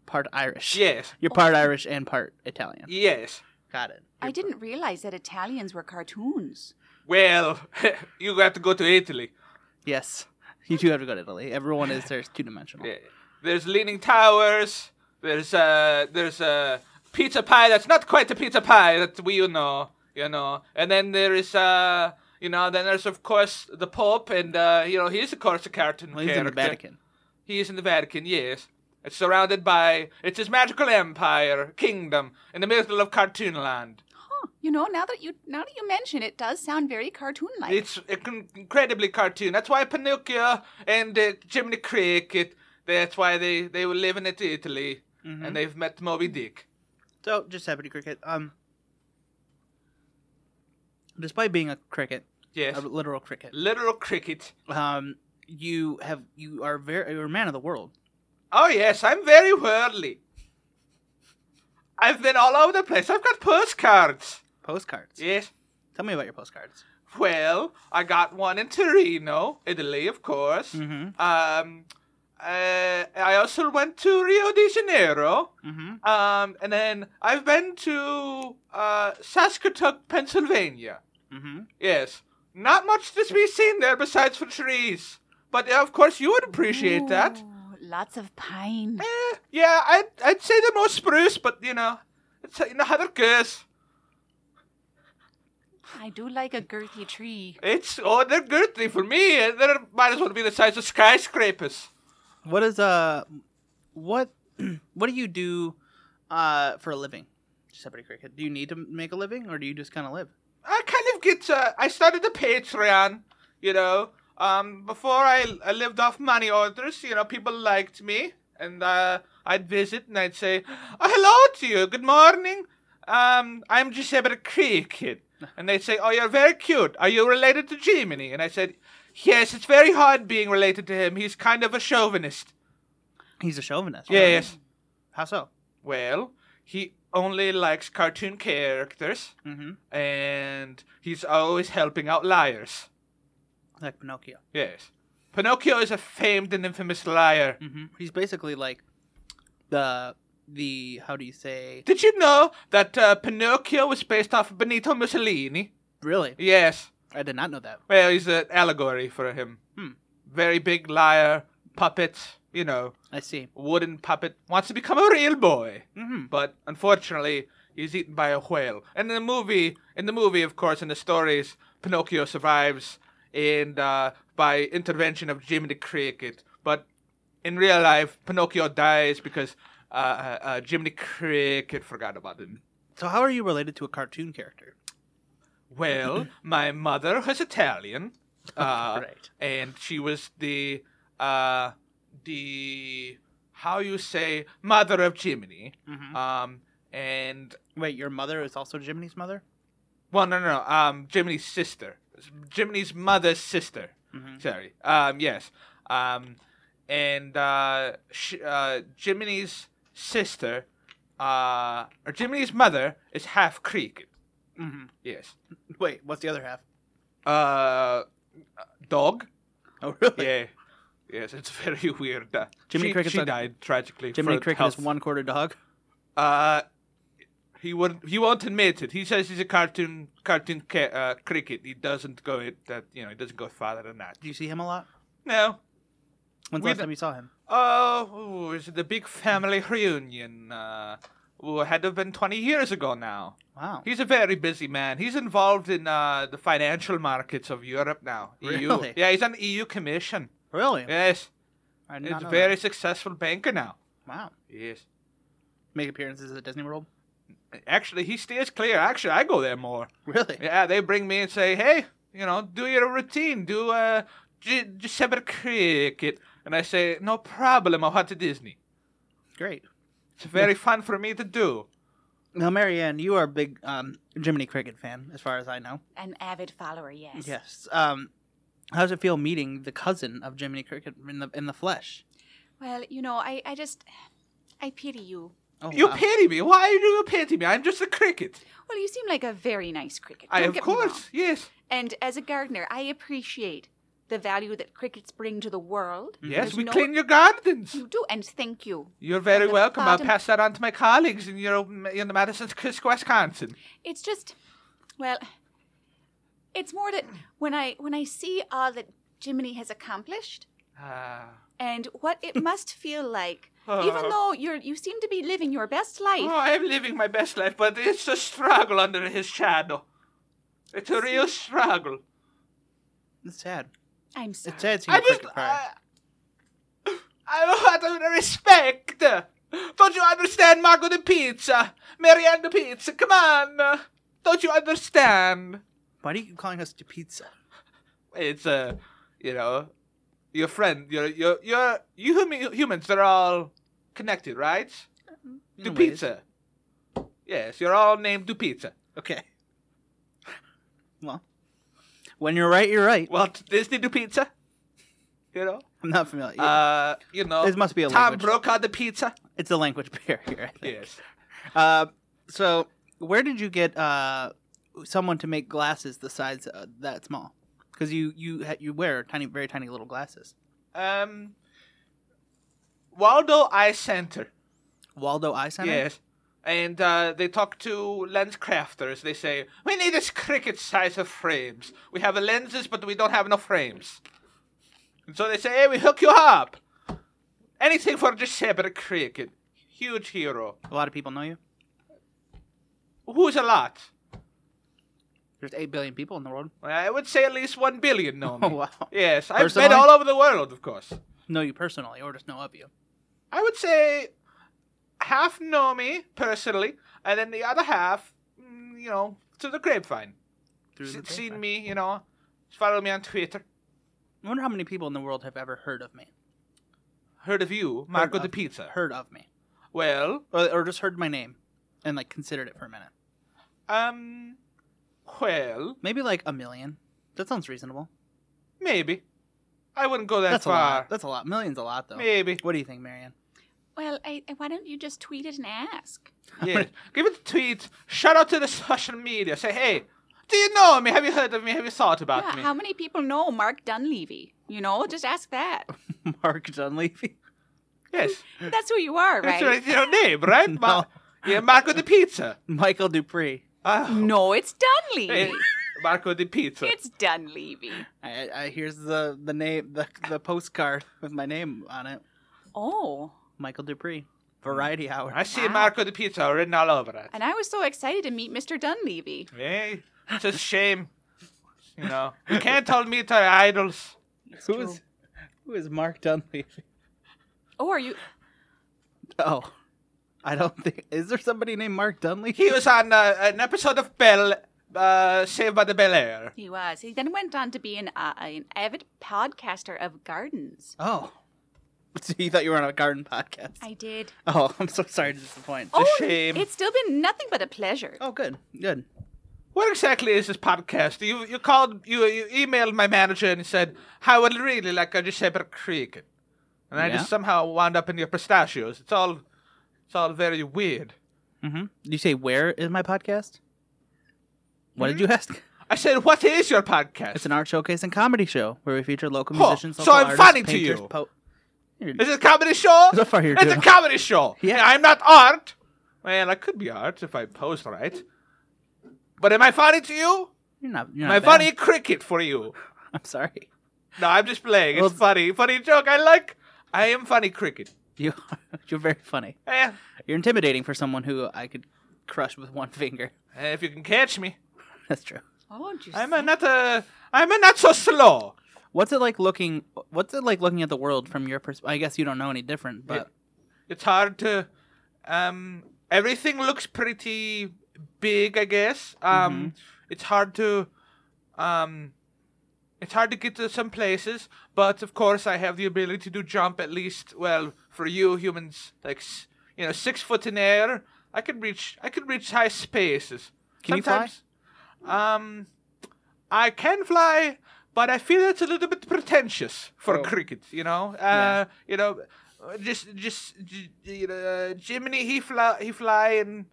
[SPEAKER 2] part irish
[SPEAKER 4] Yes.
[SPEAKER 2] You're part Irish and part Italian.
[SPEAKER 4] Yes.
[SPEAKER 2] Got it.
[SPEAKER 3] I didn't realize that Italians were cartoons.
[SPEAKER 4] Well, [LAUGHS] you have to go to Italy.
[SPEAKER 2] Yes. You do have to go to Italy. Everyone is there's two dimensional.
[SPEAKER 4] Yeah. There's leaning towers. There's uh there's a pizza pie that's not quite a pizza pie that we you know you know. And then there is uh you know then there's of course the Pope and uh you know he's of course a cartoon
[SPEAKER 2] Well, he's in the
[SPEAKER 4] character.
[SPEAKER 2] Vatican.
[SPEAKER 4] He is in the Vatican. Yes. It's surrounded by it's his magical empire kingdom in the middle of cartoon land.
[SPEAKER 3] You know, now that you now that you mention it, does sound very cartoon-like.
[SPEAKER 4] It's inc- incredibly cartoon. That's why Pinocchio and uh, Jiminy Cricket. That's why they they were living in Italy and they've met Moby Dick.
[SPEAKER 2] So, just happy to cricket. Um, despite being a cricket,
[SPEAKER 4] Yes,
[SPEAKER 2] a literal cricket,
[SPEAKER 4] literal cricket.
[SPEAKER 2] um, you have you are very you're a man of the world.
[SPEAKER 4] Oh yes, I'm very worldly. I've been all over the place. I've got postcards.
[SPEAKER 2] Postcards.
[SPEAKER 4] Yes.
[SPEAKER 2] Tell me about your postcards.
[SPEAKER 4] Well, I got one in Torino, Italy, of course.
[SPEAKER 2] Mm-hmm.
[SPEAKER 4] Um, uh, I also went to Rio de Janeiro.
[SPEAKER 2] Mm-hmm.
[SPEAKER 4] Um, and then I've been to uh, Saskatoon, Pennsylvania.
[SPEAKER 2] Mm-hmm.
[SPEAKER 4] Yes. Not much to be seen there besides for trees. But uh, of course, you would appreciate that.
[SPEAKER 3] Ooh, Lots of pine.
[SPEAKER 4] Eh, yeah, I'd, I'd say they're more spruce, but you know, it's you know how they're good.
[SPEAKER 3] I do like a girthy tree.
[SPEAKER 4] It's oh, they're good thing for me. eh, They might as well be the size of skyscrapers.
[SPEAKER 2] What is uh, what [CLEARS THROAT] what do you do, uh, for a living? Giuseppe Cricket. Do you need to make a living, or do you just kind of live?
[SPEAKER 4] I kind of get. Uh, I started a Patreon, you know. Um, before I, I lived off money orders, you know, people liked me, and uh, I'd visit and I'd say, oh, "Hello to you. Good morning. Um, I'm Giuseppe Cricket," and they'd say, "Oh, you're very cute. Are you related to Jiminy?" And I said, "Yes. It's very hard being related to him. He's kind of a chauvinist."
[SPEAKER 2] He's a chauvinist. right?
[SPEAKER 4] Yes.
[SPEAKER 2] How so?
[SPEAKER 4] Well, he only likes cartoon characters,
[SPEAKER 2] Mm-hmm.
[SPEAKER 4] and he's always helping out liars.
[SPEAKER 2] Like Pinocchio.
[SPEAKER 4] Yes. Pinocchio is a famed and infamous liar.
[SPEAKER 2] Mm-hmm. He's basically like the the how do you say?
[SPEAKER 4] Did you know that uh, Pinocchio was based off of Benito Mussolini?
[SPEAKER 2] Really,
[SPEAKER 4] Yes.
[SPEAKER 2] I did not know that.
[SPEAKER 4] Well, he's an allegory for him.
[SPEAKER 2] Hmm.
[SPEAKER 4] Very big liar, puppet, you know,
[SPEAKER 2] I see.
[SPEAKER 4] wooden puppet. Wants to become a real boy,
[SPEAKER 2] Mm-hmm.
[SPEAKER 4] but unfortunately, he's eaten by a whale. And in the movie, in the movie, of course, in the stories, Pinocchio survives, and uh, by intervention of Jimmy the Cricket. But in real life, Pinocchio dies because uh, uh, uh, Jiminy Cricket forgot about him.
[SPEAKER 2] So how are you related to a cartoon character? [LAUGHS]
[SPEAKER 4] Well, my mother was Italian, [LAUGHS] uh,
[SPEAKER 2] right.
[SPEAKER 4] and she was the uh, the how you say mother of Jiminy.
[SPEAKER 2] Mhm.
[SPEAKER 4] Um, and
[SPEAKER 2] Wait, your mother is also Jiminy's mother.
[SPEAKER 4] well, no, no, no. Um, Jiminy's sister, Jiminy's mother's sister.
[SPEAKER 2] Mm-hmm.
[SPEAKER 4] Sorry. Um, yes. Um, and uh, sh- uh, Jiminy's sister, uh, or Jiminy's mother is half Creek.
[SPEAKER 2] Mm-hmm.
[SPEAKER 4] Yes.
[SPEAKER 2] Wait, what's the other half? [LAUGHS]
[SPEAKER 4] Uh, dog.
[SPEAKER 2] Oh, really?
[SPEAKER 4] Yeah. Yes, it's [LAUGHS] very weird. Uh,
[SPEAKER 2] Jiminy
[SPEAKER 4] she,
[SPEAKER 2] Cricket's
[SPEAKER 4] she
[SPEAKER 2] a-
[SPEAKER 4] died tragically.
[SPEAKER 2] Jiminy
[SPEAKER 4] for
[SPEAKER 2] Cricket
[SPEAKER 4] health.
[SPEAKER 2] is one quarter dog.
[SPEAKER 4] Uh, he won't. He won't admit it. He says he's a cartoon cartoon ca- uh, cricket. He doesn't go it that you know. He doesn't go farther than that.
[SPEAKER 2] Do you see him a lot?
[SPEAKER 4] No.
[SPEAKER 2] When's the
[SPEAKER 4] We
[SPEAKER 2] last
[SPEAKER 4] d-
[SPEAKER 2] time you saw him?
[SPEAKER 4] Oh, ooh, is it the big family reunion? Uh, ooh, it had to have been twenty years ago now.
[SPEAKER 2] Wow.
[SPEAKER 4] He's a very busy man. He's involved in uh, the financial markets of Europe now. EU.
[SPEAKER 2] Really?
[SPEAKER 4] Yeah, he's on EU Commission.
[SPEAKER 2] Really?
[SPEAKER 4] Yes,
[SPEAKER 2] I did
[SPEAKER 4] he's
[SPEAKER 2] not
[SPEAKER 4] a
[SPEAKER 2] know
[SPEAKER 4] very successful banker now.
[SPEAKER 2] that. Wow.
[SPEAKER 4] Yes.
[SPEAKER 2] Make appearances at Disney World.
[SPEAKER 4] Actually, he stays clear. Actually, I go there more.
[SPEAKER 2] Really?
[SPEAKER 4] Yeah, they bring me and say, "Hey, you know, do your routine, do uh, Gi- Giuseppe Cricket," and I say, "No problem, I'll head to Disney.
[SPEAKER 2] Great.
[SPEAKER 4] It's
[SPEAKER 3] [LAUGHS]
[SPEAKER 4] very fun for me to do."
[SPEAKER 2] Now, Marianne, you are a big um, Jiminy Cricket fan, as far as I know.
[SPEAKER 3] An avid follower, yes.
[SPEAKER 2] Yes. Um, how does it feel meeting the cousin of Jiminy Cricket in the in the flesh?
[SPEAKER 3] Well, you know, I, I just, I pity you.
[SPEAKER 2] Oh,
[SPEAKER 4] You
[SPEAKER 2] wow.
[SPEAKER 4] pity me? Why do you pity me? I'm just a cricket.
[SPEAKER 3] Well, you seem like a very nice cricket.
[SPEAKER 4] I,
[SPEAKER 3] Don't
[SPEAKER 4] of
[SPEAKER 3] get me wrong. Mm-hmm.
[SPEAKER 4] course, yes,
[SPEAKER 3] And as a gardener, I appreciate the value that crickets bring to the world.
[SPEAKER 4] Mm-hmm. yes.
[SPEAKER 3] There's
[SPEAKER 4] We
[SPEAKER 3] no-
[SPEAKER 4] clean your gardens.
[SPEAKER 3] You do, and thank you.
[SPEAKER 4] You're very
[SPEAKER 3] the
[SPEAKER 4] welcome. I'll
[SPEAKER 3] bottom-
[SPEAKER 4] pass that on to my colleagues in your in the Madison, Wisconsin.
[SPEAKER 3] It's just, well, it's more that when I when I see all that Jiminy has accomplished
[SPEAKER 4] Ah.
[SPEAKER 3] and what it
[SPEAKER 4] [LAUGHS]
[SPEAKER 3] must feel like, even though you're you seem to be living your best life.
[SPEAKER 4] Oh, I'm living my best life, but it's a struggle under his shadow. It's a real struggle.
[SPEAKER 2] It's sad.
[SPEAKER 3] I'm sorry.
[SPEAKER 2] It's sad seeing
[SPEAKER 4] I
[SPEAKER 2] a
[SPEAKER 4] just, uh,
[SPEAKER 2] cricket cry.
[SPEAKER 4] I, I want respect. Don't you understand, Marco the pizza, Marianne the pizza? Come on, Don't you understand?
[SPEAKER 2] Why do you keep calling us to pizza?
[SPEAKER 4] It's uh, you know, your friend, your your your you hum- humans. They're all connected, right?
[SPEAKER 2] In
[SPEAKER 4] Do
[SPEAKER 2] ways.
[SPEAKER 4] pizza. Yes, you're all named Do Pizza.
[SPEAKER 2] Okay. Well, when you're right, you're right.
[SPEAKER 4] Well, t- Disney Do Pizza. You know,
[SPEAKER 2] I'm not familiar.
[SPEAKER 4] uh, you know,
[SPEAKER 2] This must be a
[SPEAKER 4] Tom
[SPEAKER 2] language.
[SPEAKER 4] Brokaw the pizza.
[SPEAKER 2] it's a language barrier. I think.
[SPEAKER 4] Yes.
[SPEAKER 2] Uh, so, where did you get uh, someone to make glasses the size uh, that small? Because you you ha- you wear tiny, very tiny little glasses.
[SPEAKER 4] Um, Waldo Eye Center.
[SPEAKER 2] Waldo Eye Center.
[SPEAKER 4] Yes. And uh, they talk to lens crafters. They say, We need this cricket size of frames. We have the lenses, but we don't have enough frames. And so they say, Hey, we hook you up. Anything for the separate cricket. Huge hero.
[SPEAKER 2] A lot of people know you.
[SPEAKER 4] Who's a lot?
[SPEAKER 2] There's eight billion people in the world.
[SPEAKER 4] I would say at least one billion
[SPEAKER 2] [LAUGHS]
[SPEAKER 4] know me.
[SPEAKER 2] Oh wow!
[SPEAKER 4] Yes, I've been
[SPEAKER 2] Personally?
[SPEAKER 4] all over the world, of course.
[SPEAKER 2] Know you personally, or just know of you.
[SPEAKER 4] I would say half know me personally, and then the other half, mm, you know, to the grapevine.
[SPEAKER 2] Through
[SPEAKER 4] S-
[SPEAKER 2] the
[SPEAKER 4] seen
[SPEAKER 2] grapevine.
[SPEAKER 4] me, you know, follow me on Twitter.
[SPEAKER 2] I wonder how many people in the world have ever heard of me,
[SPEAKER 4] Heard of you, Marco
[SPEAKER 2] of-
[SPEAKER 4] the Pizza.
[SPEAKER 2] heard of me,
[SPEAKER 4] Well,
[SPEAKER 2] or, or just heard my name, and like considered it for a minute.
[SPEAKER 4] um, well,
[SPEAKER 2] Maybe like a million. That sounds reasonable.
[SPEAKER 4] maybe. I wouldn't go that
[SPEAKER 2] That's a
[SPEAKER 4] far.
[SPEAKER 2] lot. That's a lot. Millions a lot though. [LAUGHS]
[SPEAKER 4] Maybe.
[SPEAKER 2] What do you think, Marion?
[SPEAKER 3] Well, I, I- why don't you just tweet it and ask?
[SPEAKER 4] Yeah. Give it a tweet. Shout out to the social media. Say, hey, do you know me? Have you heard of me? Have you thought about
[SPEAKER 3] Yeah,
[SPEAKER 4] me?
[SPEAKER 3] how many people know Mark Dunleavy? You know, just ask
[SPEAKER 4] [LAUGHS]
[SPEAKER 3] that.
[SPEAKER 2] Mark Dunleavy.
[SPEAKER 4] yes.
[SPEAKER 3] That's who you are,
[SPEAKER 4] That's
[SPEAKER 3] [LAUGHS] right?
[SPEAKER 4] right. your name, right?
[SPEAKER 2] [LAUGHS]
[SPEAKER 4] Ma- yeah, Marco the Pizza.
[SPEAKER 2] Michael Dupree.
[SPEAKER 4] Oh.
[SPEAKER 3] No, it's
[SPEAKER 4] Hey, [LAUGHS]
[SPEAKER 3] Dunleavy.
[SPEAKER 4] Marco the Pizza.
[SPEAKER 3] it's Dunleavy.
[SPEAKER 2] I, I here's the the name the the postcard with my name on it.
[SPEAKER 3] Oh.
[SPEAKER 2] Michael Dupree. Variety Hour.
[SPEAKER 4] I see
[SPEAKER 3] Wow.
[SPEAKER 4] Marco the Pizza written all over it.
[SPEAKER 3] And I was so excited to meet Mr. Dunleavy.
[SPEAKER 4] Hey, it's a shame. You know, you can't all meet our idols.
[SPEAKER 2] who is who is Mark Dunleavy? [LAUGHS]
[SPEAKER 3] Oh, are you?
[SPEAKER 2] Oh, I don't think is there somebody named Mark Dunleavy?
[SPEAKER 4] He was on uh, an episode of Bell, uh, Saved by the Bel Air.
[SPEAKER 3] He was. He then went on to be an, uh, an avid podcaster of gardens.
[SPEAKER 2] Oh, [LAUGHS] so you thought you were on a garden podcast?
[SPEAKER 3] I did.
[SPEAKER 2] Oh, I'm so sorry to disappoint.
[SPEAKER 3] oh,
[SPEAKER 4] shame.
[SPEAKER 3] it's still been nothing but a pleasure.
[SPEAKER 2] Oh, good, good.
[SPEAKER 4] What exactly is this podcast? You you called you you emailed my manager and said I would really like a Giuseppe Creek, and I
[SPEAKER 2] Yeah.
[SPEAKER 4] just somehow wound up in your pistachios. It's all it's all very weird.
[SPEAKER 2] Mm-hmm. You say where is my podcast? What did
[SPEAKER 4] Hmm?
[SPEAKER 2] you ask?
[SPEAKER 4] I said, what is your podcast?
[SPEAKER 2] It's an art showcase and comedy show where we feature local
[SPEAKER 4] Huh,
[SPEAKER 2] musicians.
[SPEAKER 4] so
[SPEAKER 2] local
[SPEAKER 4] I'm
[SPEAKER 2] artists,
[SPEAKER 4] funny to
[SPEAKER 2] painters,
[SPEAKER 4] you.
[SPEAKER 2] Po- You're-
[SPEAKER 4] Is it a comedy show?
[SPEAKER 2] So far you're
[SPEAKER 4] it's a
[SPEAKER 2] doing-
[SPEAKER 4] comedy show.
[SPEAKER 2] Yeah.
[SPEAKER 4] And I'm not art. Well, I could be art if I posed right. But am I funny to you?
[SPEAKER 2] you're not. You're
[SPEAKER 4] Am I
[SPEAKER 2] not bad.
[SPEAKER 4] funny cricket for you?
[SPEAKER 2] [LAUGHS] I'm sorry.
[SPEAKER 4] No, I'm just playing. It's
[SPEAKER 2] Well,
[SPEAKER 4] funny. Funny joke. I like. I am funny cricket.
[SPEAKER 2] You [LAUGHS] you're very funny.
[SPEAKER 4] Eh,
[SPEAKER 2] You're intimidating for someone who I could crush with one finger. [LAUGHS]
[SPEAKER 4] eh, if you can catch me,
[SPEAKER 2] That's true.
[SPEAKER 3] Oh, did you
[SPEAKER 4] I'm
[SPEAKER 3] see?
[SPEAKER 4] a not a. I'm a not so slow.
[SPEAKER 2] What's it like looking? What's it like looking at the world from your perspective? I guess you don't know any different, but
[SPEAKER 4] It's hard to. Um, everything looks pretty big, I guess. Um,
[SPEAKER 2] Mm-hmm.
[SPEAKER 4] it's hard to. Um, it's hard to get to some places, but of course I have the ability to jump at least. Well, for you humans, like s- you know, six foot in air, I can reach. I can reach high spaces.
[SPEAKER 2] Can you fly?
[SPEAKER 4] Sometimes, Um, I can fly, but I feel it's a little bit pretentious for
[SPEAKER 2] Oh.
[SPEAKER 4] cricket. You know, uh,
[SPEAKER 2] Yeah.
[SPEAKER 4] you know, uh, just just j- you know, uh, Jiminy he fly he fly and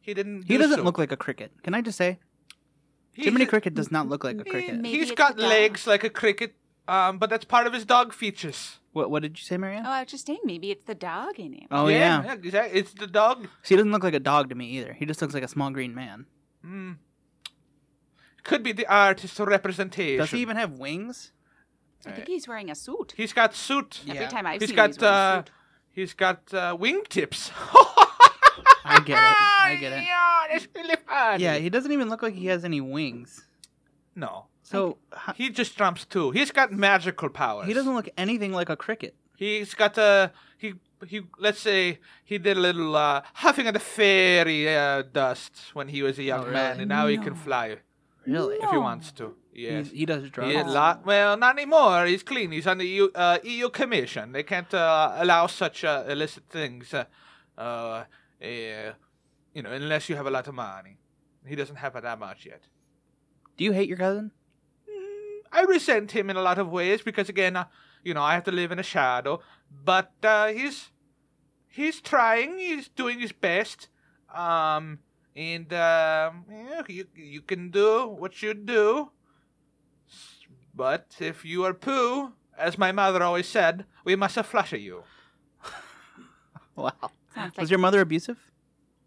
[SPEAKER 4] he didn't.
[SPEAKER 2] he
[SPEAKER 4] do
[SPEAKER 2] doesn't
[SPEAKER 4] so.
[SPEAKER 2] look like a cricket. Can I just say,
[SPEAKER 4] He's
[SPEAKER 2] Jiminy
[SPEAKER 4] a-
[SPEAKER 2] Cricket does not look like a cricket.
[SPEAKER 3] Maybe
[SPEAKER 4] He's
[SPEAKER 3] it's
[SPEAKER 4] got
[SPEAKER 3] the dog.
[SPEAKER 4] legs like a cricket, um, but that's part of his dog features.
[SPEAKER 2] What What did you say,
[SPEAKER 3] Oh,
[SPEAKER 2] Marianne?
[SPEAKER 3] I was just saying, maybe it's the dog in him.
[SPEAKER 2] Oh yeah.
[SPEAKER 4] yeah exactly. It's the dog.
[SPEAKER 2] So he doesn't look like a dog to me either. He just looks like a small green man.
[SPEAKER 4] Mm. Could be the artist representation.
[SPEAKER 2] Does he even have wings?
[SPEAKER 3] I think he's wearing a suit.
[SPEAKER 4] He's got suit.
[SPEAKER 3] Every time I've
[SPEAKER 4] He's
[SPEAKER 3] seen him,
[SPEAKER 4] got
[SPEAKER 3] he's wearing
[SPEAKER 4] uh,
[SPEAKER 3] a suit.
[SPEAKER 4] he's got uh, wingtips. [LAUGHS]
[SPEAKER 2] I get it. I get it.
[SPEAKER 4] Yeah, that's really funny.
[SPEAKER 2] Yeah, he doesn't even look like he has any wings.
[SPEAKER 4] no,
[SPEAKER 2] So h-
[SPEAKER 4] he just jumps too. He's got magical powers.
[SPEAKER 2] he doesn't look anything like a cricket.
[SPEAKER 4] He's got a he he let's say he did a little uh, huffing of the fairy uh, dust when he was a young
[SPEAKER 2] Oh, really?
[SPEAKER 4] man, and now he can fly
[SPEAKER 2] Really?
[SPEAKER 4] if he
[SPEAKER 3] No.
[SPEAKER 4] wants to. Yes.
[SPEAKER 2] He's- He does drugs.
[SPEAKER 4] He lot, well, not anymore. He's clean. He's on the EU, uh, EU Commission. They can't uh, allow such uh, illicit things, uh, uh, uh, you know, unless you have a lot of money. He doesn't have that much yet.
[SPEAKER 2] Do you hate your cousin?
[SPEAKER 4] Mm, I resent him in a lot of ways because, again, uh, you know, I have to live in a shadow. But uh, he's he's trying. He's doing his best. Um, and um, yeah, you you can do what you do. S- But if you are poo, as my mother always said, we must flush you.
[SPEAKER 2] Wow.
[SPEAKER 3] Sounds
[SPEAKER 2] Was
[SPEAKER 3] like
[SPEAKER 2] your mother abusive?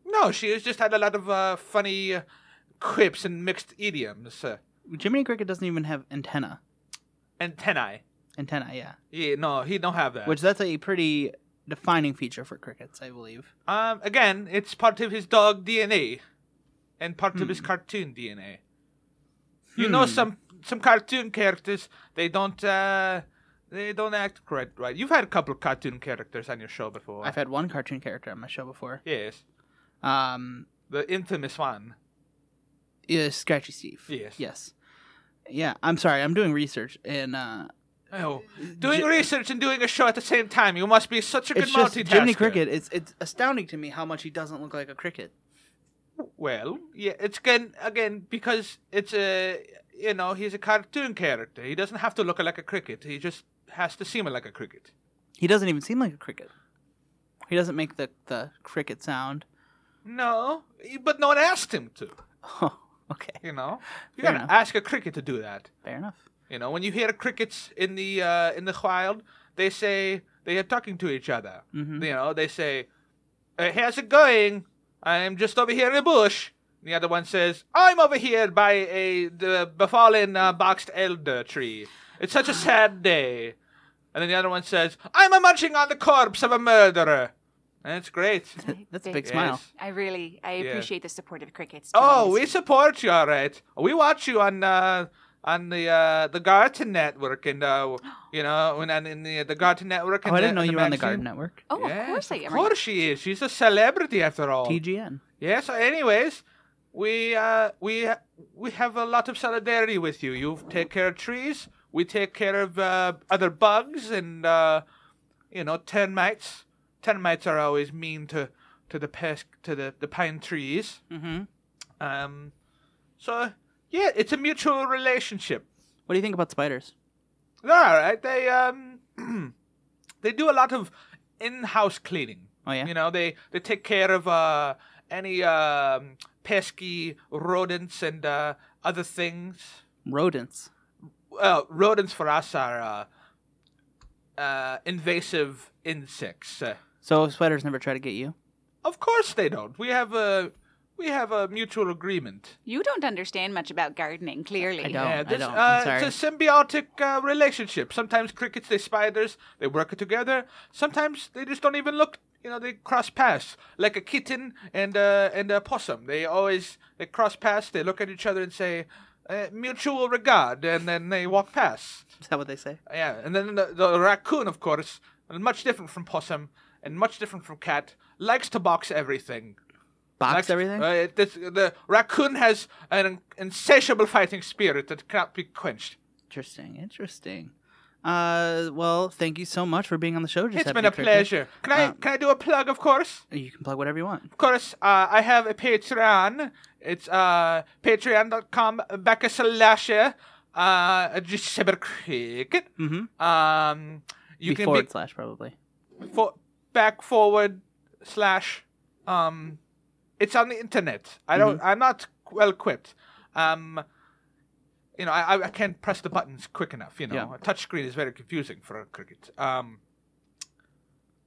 [SPEAKER 4] No, she has just had a lot of uh, funny uh, quips and mixed idioms. Uh,
[SPEAKER 2] Jiminy Cricket doesn't even have antenna.
[SPEAKER 4] antennae.
[SPEAKER 2] Antenna, yeah.
[SPEAKER 4] Yeah, no, he don't have that.
[SPEAKER 2] Which that's a pretty defining feature for crickets, I believe.
[SPEAKER 4] Um, again, it's part of his dog DNA, and part of his
[SPEAKER 2] Hmm.
[SPEAKER 4] cartoon DNA. You know,
[SPEAKER 2] Hmm.
[SPEAKER 4] some some cartoon characters they don't uh, they don't act quite right. You've had a couple of cartoon characters on your show before.
[SPEAKER 2] I've had one cartoon character on my show before.
[SPEAKER 4] yes,
[SPEAKER 2] Um,
[SPEAKER 4] the infamous one.
[SPEAKER 2] is Scratchy Steve.
[SPEAKER 4] Yes.
[SPEAKER 2] Yes. Yeah, I'm sorry. I'm doing research and uh
[SPEAKER 4] Oh, doing
[SPEAKER 2] Ji-
[SPEAKER 4] research and doing a show at the same time. You must be such a good
[SPEAKER 2] it's just
[SPEAKER 4] multitasker.
[SPEAKER 2] Jiminy Cricket. It's it's astounding to me how much he doesn't look like a cricket.
[SPEAKER 4] Well, yeah, it's again again because it's a you know he's a cartoon character. He doesn't have to look like a cricket. He just has to seem like a cricket.
[SPEAKER 2] He doesn't even seem like a cricket. He doesn't make the the cricket sound. [LAUGHS]
[SPEAKER 4] No, but no one asked him to.
[SPEAKER 2] Oh, okay.
[SPEAKER 4] You know, you
[SPEAKER 2] Fair
[SPEAKER 4] gotta
[SPEAKER 2] enough.
[SPEAKER 4] ask a cricket to do that.
[SPEAKER 2] Fair enough.
[SPEAKER 4] You know, when you hear crickets in the uh, in the wild, they say they are talking to each other.
[SPEAKER 2] Mhm.
[SPEAKER 4] You know, they say, "Uh, "How's it going? I'm just over here in the bush." The other one says, "I'm over here by a the befallen uh, boxed elder tree. It's
[SPEAKER 2] [GASPS]
[SPEAKER 4] such a sad day." And then the other one says, "I'm a munching on the corpse of a murderer." And it's great.
[SPEAKER 2] That's a big smile.
[SPEAKER 4] Yes.
[SPEAKER 3] [LAUGHS] I really, I
[SPEAKER 4] Yeah.
[SPEAKER 3] appreciate the support of crickets. to be
[SPEAKER 4] Oh, we
[SPEAKER 3] honest.
[SPEAKER 4] support you, all right. We watch you on uh, on the uh, the Garden Network, and uh, [GASPS] you know, and, and in the the Garden Network.
[SPEAKER 2] Oh,
[SPEAKER 4] and
[SPEAKER 2] I
[SPEAKER 4] the-
[SPEAKER 2] didn't know
[SPEAKER 4] and
[SPEAKER 2] you were on the Garden
[SPEAKER 4] magazine.
[SPEAKER 2] Network.
[SPEAKER 3] Oh, of
[SPEAKER 4] Yes,
[SPEAKER 3] course I
[SPEAKER 4] Of
[SPEAKER 3] am.
[SPEAKER 4] course she is. She's a celebrity after all.
[SPEAKER 2] TGN.
[SPEAKER 4] Yeah. So, anyways, we uh, we we have a lot of solidarity with you. You take care of trees. We take care of uh, other bugs and uh, you know termites. Termites are always mean to to the pest to the, the pine trees.
[SPEAKER 2] Mm-hmm.
[SPEAKER 4] Um, so yeah, it's a mutual relationship.
[SPEAKER 2] What do you think about spiders?
[SPEAKER 4] They're all right. They um, [CLEARS THROAT] they do a lot of in-house cleaning.
[SPEAKER 2] Oh yeah.
[SPEAKER 4] You know, they they take care of uh any um pesky rodents and uh other things.
[SPEAKER 2] Rodents.
[SPEAKER 4] Well, rodents for us are uh, uh invasive insects. Uh,
[SPEAKER 2] So spiders never try to get you.
[SPEAKER 4] of course they don't. We have a we have a mutual agreement.
[SPEAKER 3] You don't understand much about gardening, clearly.
[SPEAKER 2] I don't.
[SPEAKER 4] yeah, this,
[SPEAKER 2] don't.
[SPEAKER 4] Uh,
[SPEAKER 2] I'm sorry.
[SPEAKER 4] It's a symbiotic uh, relationship. Sometimes crickets, they spiders, they work together. Sometimes they just don't even look. You know, they cross paths like a kitten and uh, and a possum. They always they cross paths. They look at each other and say uh, mutual regard, and then they walk past.
[SPEAKER 2] Is that what they say?
[SPEAKER 4] Yeah, and then the, the raccoon, of course, much different from possum and much different from cat, likes to box everything.
[SPEAKER 2] Box
[SPEAKER 4] Next-
[SPEAKER 2] everything.
[SPEAKER 4] Uh, it- this, the raccoon has an in- insatiable fighting spirit that cannot be quenched.
[SPEAKER 2] Interesting. Interesting. Uh, well, thank you so much for being on the show.
[SPEAKER 4] it's
[SPEAKER 2] Giuseppe
[SPEAKER 4] been a
[SPEAKER 2] Cricket.
[SPEAKER 4] pleasure. Can I
[SPEAKER 2] Um,
[SPEAKER 4] can I do a plug? Of course,
[SPEAKER 2] You can plug whatever you want.
[SPEAKER 4] of course. Uh, I have a Patreon. It's uh, patreon.com backslash uh, Giuseppe Cricket.
[SPEAKER 2] Mm-hmm.
[SPEAKER 4] Um, you
[SPEAKER 2] Be
[SPEAKER 4] can
[SPEAKER 2] forward
[SPEAKER 4] be
[SPEAKER 2] slash probably.
[SPEAKER 4] for, back forward slash um it's on the internet i don't i'm not well equipped um you know I, I- I can't press the buttons quick enough you know
[SPEAKER 2] Yeah.
[SPEAKER 4] a touch screen is very confusing for a cricket um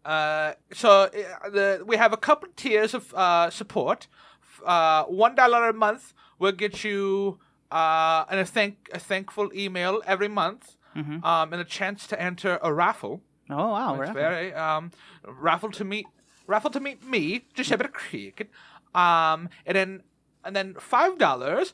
[SPEAKER 4] uh, so uh, the, we have a couple tiers of uh, support. F- Uh, One dollar a month will get you uh, an, a thank a thankful email every month,
[SPEAKER 2] Mhm.
[SPEAKER 4] um, and a chance to enter a raffle.
[SPEAKER 2] Oh wow, we're
[SPEAKER 4] It's
[SPEAKER 2] up.
[SPEAKER 4] very um raffle to meet raffle to meet me, Giuseppe Creek. Um and then and then five dollars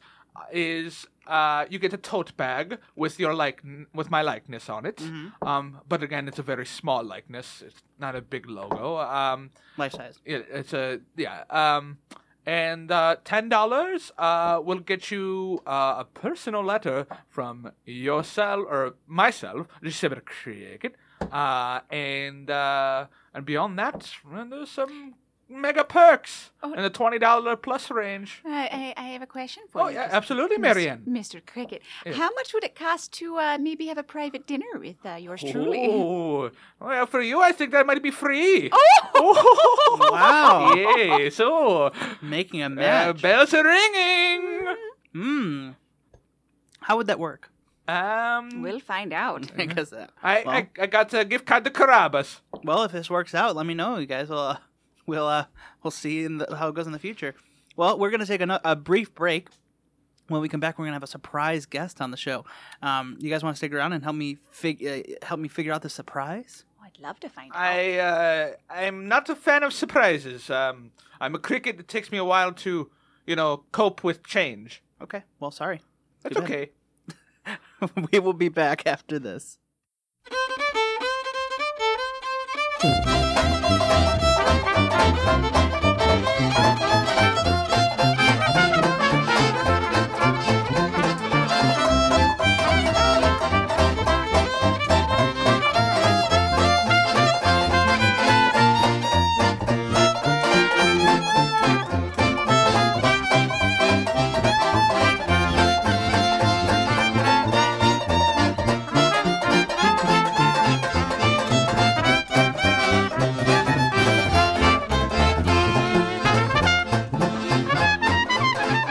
[SPEAKER 4] is uh, you get a tote bag with your like with my likeness on it. Um, but again, it's a very small likeness. It's not a big logo. Um,
[SPEAKER 2] Life size.
[SPEAKER 4] it, it's a yeah. Um, and uh, ten dollars uh, will get you uh, a personal letter from yourself or myself, December Cricket. Uh, and uh, and beyond that, uh, there's some mega perks
[SPEAKER 3] Oh.
[SPEAKER 4] in the twenty dollar plus range.
[SPEAKER 3] I, I, I have a question for
[SPEAKER 4] Oh
[SPEAKER 3] you.
[SPEAKER 4] yeah, absolutely, Marianne.
[SPEAKER 3] Mr. Cricket,
[SPEAKER 4] Yes.
[SPEAKER 3] how much would it cost to uh, maybe have a private dinner with uh, yours truly?
[SPEAKER 4] Oh, well, for you, I think that might be free.
[SPEAKER 3] Oh!
[SPEAKER 4] [LAUGHS]
[SPEAKER 2] Wow.
[SPEAKER 4] Yay! So,
[SPEAKER 2] Making a
[SPEAKER 4] oh. uh,
[SPEAKER 2] match.
[SPEAKER 4] bells are ringing.
[SPEAKER 2] Hmm. How would that work? [LAUGHS]
[SPEAKER 4] Um,
[SPEAKER 3] [LAUGHS] we'll find out.
[SPEAKER 4] Mm-hmm.
[SPEAKER 2] Because uh,
[SPEAKER 4] I,
[SPEAKER 2] Well.
[SPEAKER 4] I I got a gift card to Carabas.
[SPEAKER 2] well, if this works out, let me know, you guys. We'll uh, [LAUGHS] we'll uh, we'll see in the, how it goes in the future. Well, we're gonna take a, a brief break. When we come back, we're gonna have a surprise guest on the show. Um, you guys want to stick around and help me fig- uh, help me figure out the surprise?
[SPEAKER 3] Oh, I'd love to find out.
[SPEAKER 4] I uh, I'm not a fan of surprises. Um, I'm a cricket. It takes me a while to, you know, cope with change.
[SPEAKER 2] Okay. Well, sorry. [LAUGHS]
[SPEAKER 4] That's
[SPEAKER 2] Too bad.
[SPEAKER 4] okay.
[SPEAKER 2] we will be back after this.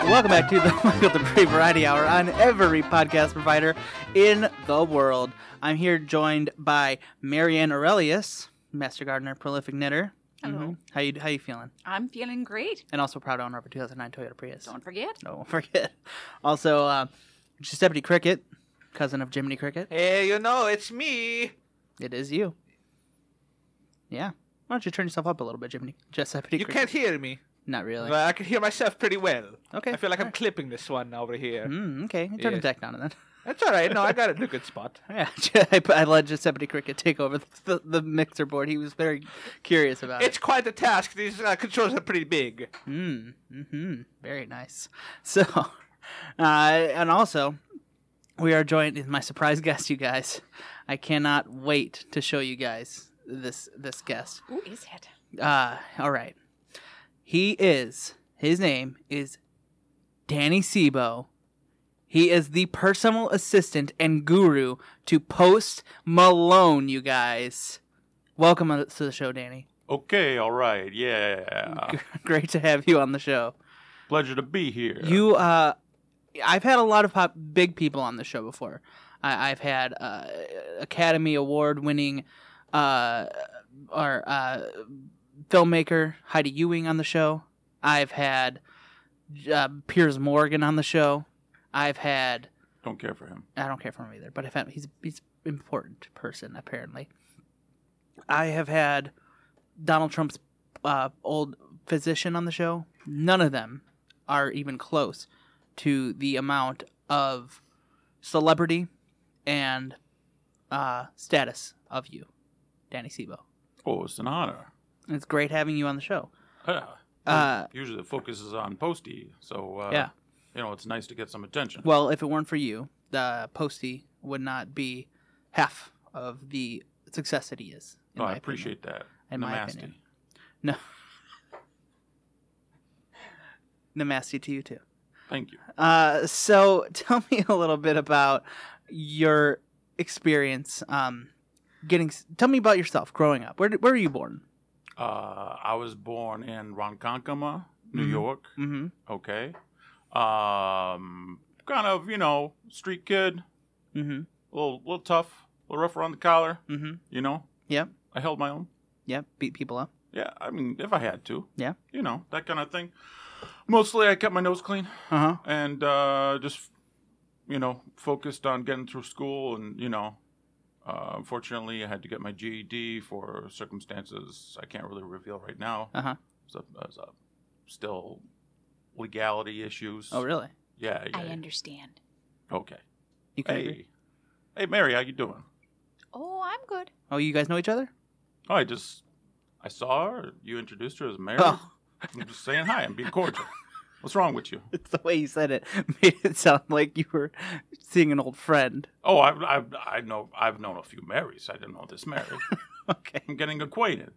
[SPEAKER 2] Welcome back to the [LAUGHS] Michael Dupree Variety Hour on every podcast provider in the world. I'm here joined by Marianne Aurelius, master gardener, prolific knitter.
[SPEAKER 3] Hello.
[SPEAKER 2] Mhm. How you how you feeling?
[SPEAKER 3] I'm feeling great.
[SPEAKER 2] And also proud owner of a 2009 Toyota Prius.
[SPEAKER 3] Don't forget.
[SPEAKER 2] Don't [LAUGHS] forget. Also, uh, Giuseppe Cricket, cousin of Jiminy Cricket.
[SPEAKER 4] Hey, you know, it's me.
[SPEAKER 2] It is you. Yeah. Why don't you turn yourself up a little bit, Jiminy? Giuseppe
[SPEAKER 4] You
[SPEAKER 2] Cricket.
[SPEAKER 4] can't hear me,
[SPEAKER 2] Not really.
[SPEAKER 4] but I can hear myself pretty well.
[SPEAKER 2] Okay.
[SPEAKER 4] I feel like I'm clipping this one over here.
[SPEAKER 2] Mm, okay. Turn
[SPEAKER 4] Yeah.
[SPEAKER 2] the deck down and then. [LAUGHS]
[SPEAKER 4] That's all right. No, I got it in a good spot.
[SPEAKER 2] Yeah, [LAUGHS] I, I let Giuseppe Cricket take over the, the, the mixer board. He was very curious about
[SPEAKER 4] It's quite a task. These uh, controls are pretty big.
[SPEAKER 2] it. Mm, hmm Very nice. [LAUGHS] So, uh, and also, we are joined with my surprise guest, you guys. I cannot wait to show you guys this this guest.
[SPEAKER 3] Who is it?
[SPEAKER 2] Uh, all right. He is, his name is Danny Sebo. He is the personal assistant and guru to Post Malone, you guys. Welcome on- to the show, Danny.
[SPEAKER 5] Okay, all right, yeah.
[SPEAKER 2] [LAUGHS] Great to have you on the show.
[SPEAKER 5] Pleasure to be here.
[SPEAKER 2] You, uh, I've had a lot of pop- big people on the show before. I- I've had uh, Academy Award winning uh, or uh, filmmaker Heidi Ewing on the show. I've had uh, Piers Morgan on the show. I've had
[SPEAKER 5] don't care for him.
[SPEAKER 2] I don't care for him either, but I've had he's he's an important person apparently. I have had Donald Trump's uh, old physician on the show. None of them are even close to the amount of celebrity and uh, status of you, Danny Sebo.
[SPEAKER 5] Oh, it's an honor.
[SPEAKER 2] It's great having you on the show.
[SPEAKER 5] Yeah.
[SPEAKER 2] Uh,
[SPEAKER 5] Usually the focus is on Posty, so uh,
[SPEAKER 2] Yeah.
[SPEAKER 5] you know it's nice to get some attention.
[SPEAKER 2] Well, if it weren't for you, the Posty would not be half of the success that he is. in
[SPEAKER 5] no,
[SPEAKER 2] my
[SPEAKER 5] Oh, I
[SPEAKER 2] opinion.
[SPEAKER 5] appreciate that.
[SPEAKER 2] In my
[SPEAKER 5] Namaste.
[SPEAKER 2] opinion. No. Namaste to you too.
[SPEAKER 5] Thank you.
[SPEAKER 2] Uh, so [LAUGHS] tell me a little bit about your experience. Um, getting tell me about yourself growing up. Where did- where were you born?
[SPEAKER 5] Uh, I was born in Ronkonkoma, New
[SPEAKER 2] Mhm.
[SPEAKER 5] York.
[SPEAKER 2] Mm-hmm.
[SPEAKER 5] Okay, um, kind of you know street kid,
[SPEAKER 2] Mm-hmm.
[SPEAKER 5] a little, little tough, a little rough around the collar.
[SPEAKER 2] Mm-hmm.
[SPEAKER 5] You know.
[SPEAKER 2] Yep.
[SPEAKER 5] I held my own.
[SPEAKER 2] Yep. Beat people up.
[SPEAKER 5] Yeah, I mean, if I had to.
[SPEAKER 2] Yeah.
[SPEAKER 5] You know that kind of thing. Mostly, I kept my nose clean.
[SPEAKER 2] Uh huh.
[SPEAKER 5] and uh, just you know focused on getting through school and you know uh, unfortunately i had to get my ged for circumstances i can't really reveal right now
[SPEAKER 2] Uh huh.
[SPEAKER 5] It's a- it's a- still legality issues
[SPEAKER 2] Oh really?
[SPEAKER 5] Yeah. yeah,
[SPEAKER 3] I
[SPEAKER 5] yeah.
[SPEAKER 3] understand.
[SPEAKER 5] Okay.
[SPEAKER 2] You can agree.
[SPEAKER 5] Hey. Hey, Mary, how you doing?
[SPEAKER 3] Oh, I'm good.
[SPEAKER 2] Oh, you guys know each other?
[SPEAKER 5] Oh, I just I saw her. You introduced her as Mary.
[SPEAKER 2] Oh, [LAUGHS]
[SPEAKER 5] I'm just saying hi. I'm being cordial. What's wrong with you?
[SPEAKER 2] it's the way you said it [LAUGHS] made it sound like you were seeing an old friend. [LAUGHS]
[SPEAKER 5] Oh, I've, I've I know I've known a few Marys. I didn't know this
[SPEAKER 2] [LAUGHS]
[SPEAKER 5] Mary.
[SPEAKER 2] Okay,
[SPEAKER 5] I'm getting acquainted.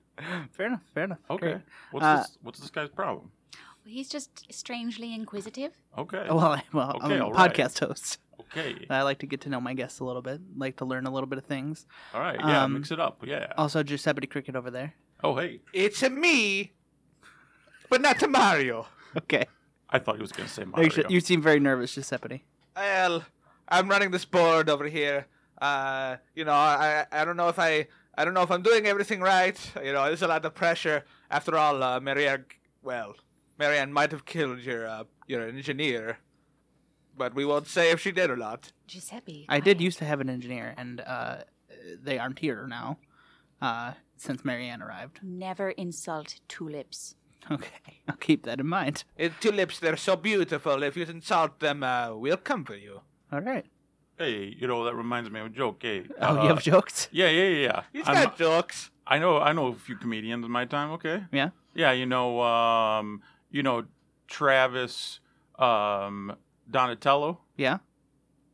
[SPEAKER 2] fair enough. Fair enough.
[SPEAKER 5] Okay.
[SPEAKER 2] Great.
[SPEAKER 5] What's
[SPEAKER 2] Uh,
[SPEAKER 5] this? What's this guy's problem?
[SPEAKER 3] Well, Oh, he's just strangely inquisitive.
[SPEAKER 5] Okay.
[SPEAKER 2] Well, I'm, well,
[SPEAKER 5] Okay,
[SPEAKER 2] I'm a
[SPEAKER 5] all right.
[SPEAKER 2] podcast host.
[SPEAKER 5] Okay.
[SPEAKER 2] I like to get to know my guests a little bit, like to learn a little bit of things.
[SPEAKER 5] All right. Yeah.
[SPEAKER 2] um,
[SPEAKER 5] mix it up. Yeah.
[SPEAKER 2] Also, Giuseppe Cricket over there.
[SPEAKER 5] oh, hey.
[SPEAKER 4] It's a me, but not to Mario.
[SPEAKER 2] Okay.
[SPEAKER 5] I thought he was gonna say
[SPEAKER 2] No, you
[SPEAKER 5] Mario.
[SPEAKER 2] should- you seem very nervous, Giuseppe.
[SPEAKER 4] Well, I'm running this board over here. Uh, you know, I I don't know if I I don't know if I'm doing everything right. You know, there's a lot of pressure. After all, uh, Marianne, well, Marianne might have killed your uh, your engineer, but we won't say if she did or not.
[SPEAKER 3] Giuseppe.
[SPEAKER 2] I did
[SPEAKER 3] quiet.
[SPEAKER 2] used to have an engineer, and uh, they aren't here now uh, since Marianne arrived. [LAUGHS]
[SPEAKER 3] Never insult tulips.
[SPEAKER 2] Okay, I'll keep that in mind.
[SPEAKER 4] It, tulips, they're so beautiful. If you insult them, uh, we'll come for you.
[SPEAKER 2] All right.
[SPEAKER 5] Hey, you know that reminds me of a joke. Hey.
[SPEAKER 2] Oh,
[SPEAKER 5] uh,
[SPEAKER 2] you have jokes?
[SPEAKER 5] yeah, yeah, yeah, yeah.
[SPEAKER 4] He's
[SPEAKER 5] I'm-
[SPEAKER 4] got jokes.
[SPEAKER 5] I know I know a few comedians in my time, okay?
[SPEAKER 2] Yeah.
[SPEAKER 5] Yeah, you know um you know Travis um Donatello?
[SPEAKER 2] Yeah.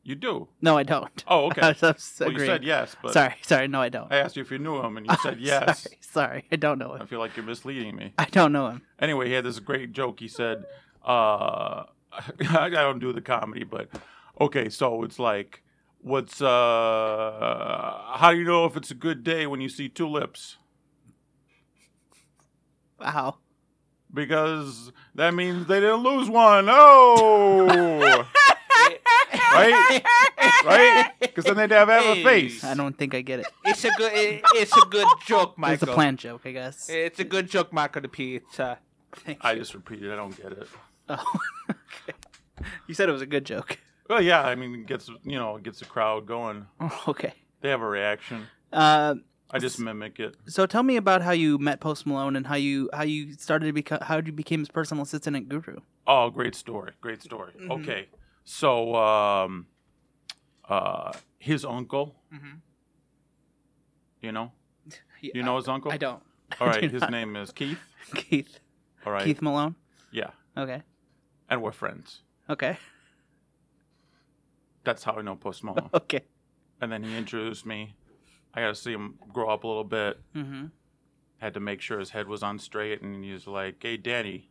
[SPEAKER 5] You do.
[SPEAKER 2] No, I don't.
[SPEAKER 5] Oh,
[SPEAKER 2] [LAUGHS]
[SPEAKER 5] okay.
[SPEAKER 2] I was just
[SPEAKER 5] well, you
[SPEAKER 2] agreeing.
[SPEAKER 5] said yes, but
[SPEAKER 2] sorry, sorry. No, I don't.
[SPEAKER 5] I asked you if you knew him and you said yes.
[SPEAKER 2] [LAUGHS] sorry, sorry. I don't know
[SPEAKER 5] I
[SPEAKER 2] him.
[SPEAKER 5] feel like you're misleading me.
[SPEAKER 2] I don't know him.
[SPEAKER 5] Anyway, he had this great joke. He said, uh, [LAUGHS] I don't do the comedy, but okay, so it's like, what's, uh, how do you know if it's a good day when you see two lips?
[SPEAKER 2] Wow.
[SPEAKER 5] Because that means they didn't lose one. Oh! [LAUGHS] right? Right? Because then they'd have, have a face.
[SPEAKER 2] I don't think I get
[SPEAKER 5] [LAUGHS]
[SPEAKER 2] it.
[SPEAKER 4] It's a good it's a good joke, Michael.
[SPEAKER 2] It's a planned joke, I guess.
[SPEAKER 4] It's a good joke, Michael to Pete. Uh,
[SPEAKER 2] Thank
[SPEAKER 5] I
[SPEAKER 2] you. [LAUGHS]
[SPEAKER 5] just repeated, I don't get it.
[SPEAKER 2] Oh, [LAUGHS] okay. You said it was a good joke. [LAUGHS]
[SPEAKER 5] Well, yeah, I mean, it gets, you know, it gets the crowd going.
[SPEAKER 2] Oh, okay.
[SPEAKER 5] They have a reaction.
[SPEAKER 2] Uh,
[SPEAKER 5] I just mimic it.
[SPEAKER 2] so tell me about how you met Post Malone and how you how you started to become how you became his personal assistant at Guru.
[SPEAKER 5] Oh, great story. Great story.
[SPEAKER 2] Mm-hmm.
[SPEAKER 5] Okay. So um uh his uncle,
[SPEAKER 2] Mhm. [LAUGHS]
[SPEAKER 5] you know? You know his uncle?
[SPEAKER 2] I don't.
[SPEAKER 5] All
[SPEAKER 2] [LAUGHS] I
[SPEAKER 5] right,
[SPEAKER 2] do
[SPEAKER 5] his
[SPEAKER 2] not.
[SPEAKER 5] name is Keith.
[SPEAKER 2] Keith.
[SPEAKER 5] All right.
[SPEAKER 2] Keith Malone.
[SPEAKER 5] Yeah.
[SPEAKER 2] Okay.
[SPEAKER 5] And we're friends.
[SPEAKER 2] Okay. [LAUGHS]
[SPEAKER 5] That's how I know
[SPEAKER 2] [LAUGHS]
[SPEAKER 5] Post Malone.
[SPEAKER 2] Okay.
[SPEAKER 5] and then he introduced me. I got to see him grow up a little bit.
[SPEAKER 2] Mm-hmm.
[SPEAKER 5] Had to make sure his head was on straight and he was like, "Hey Danny,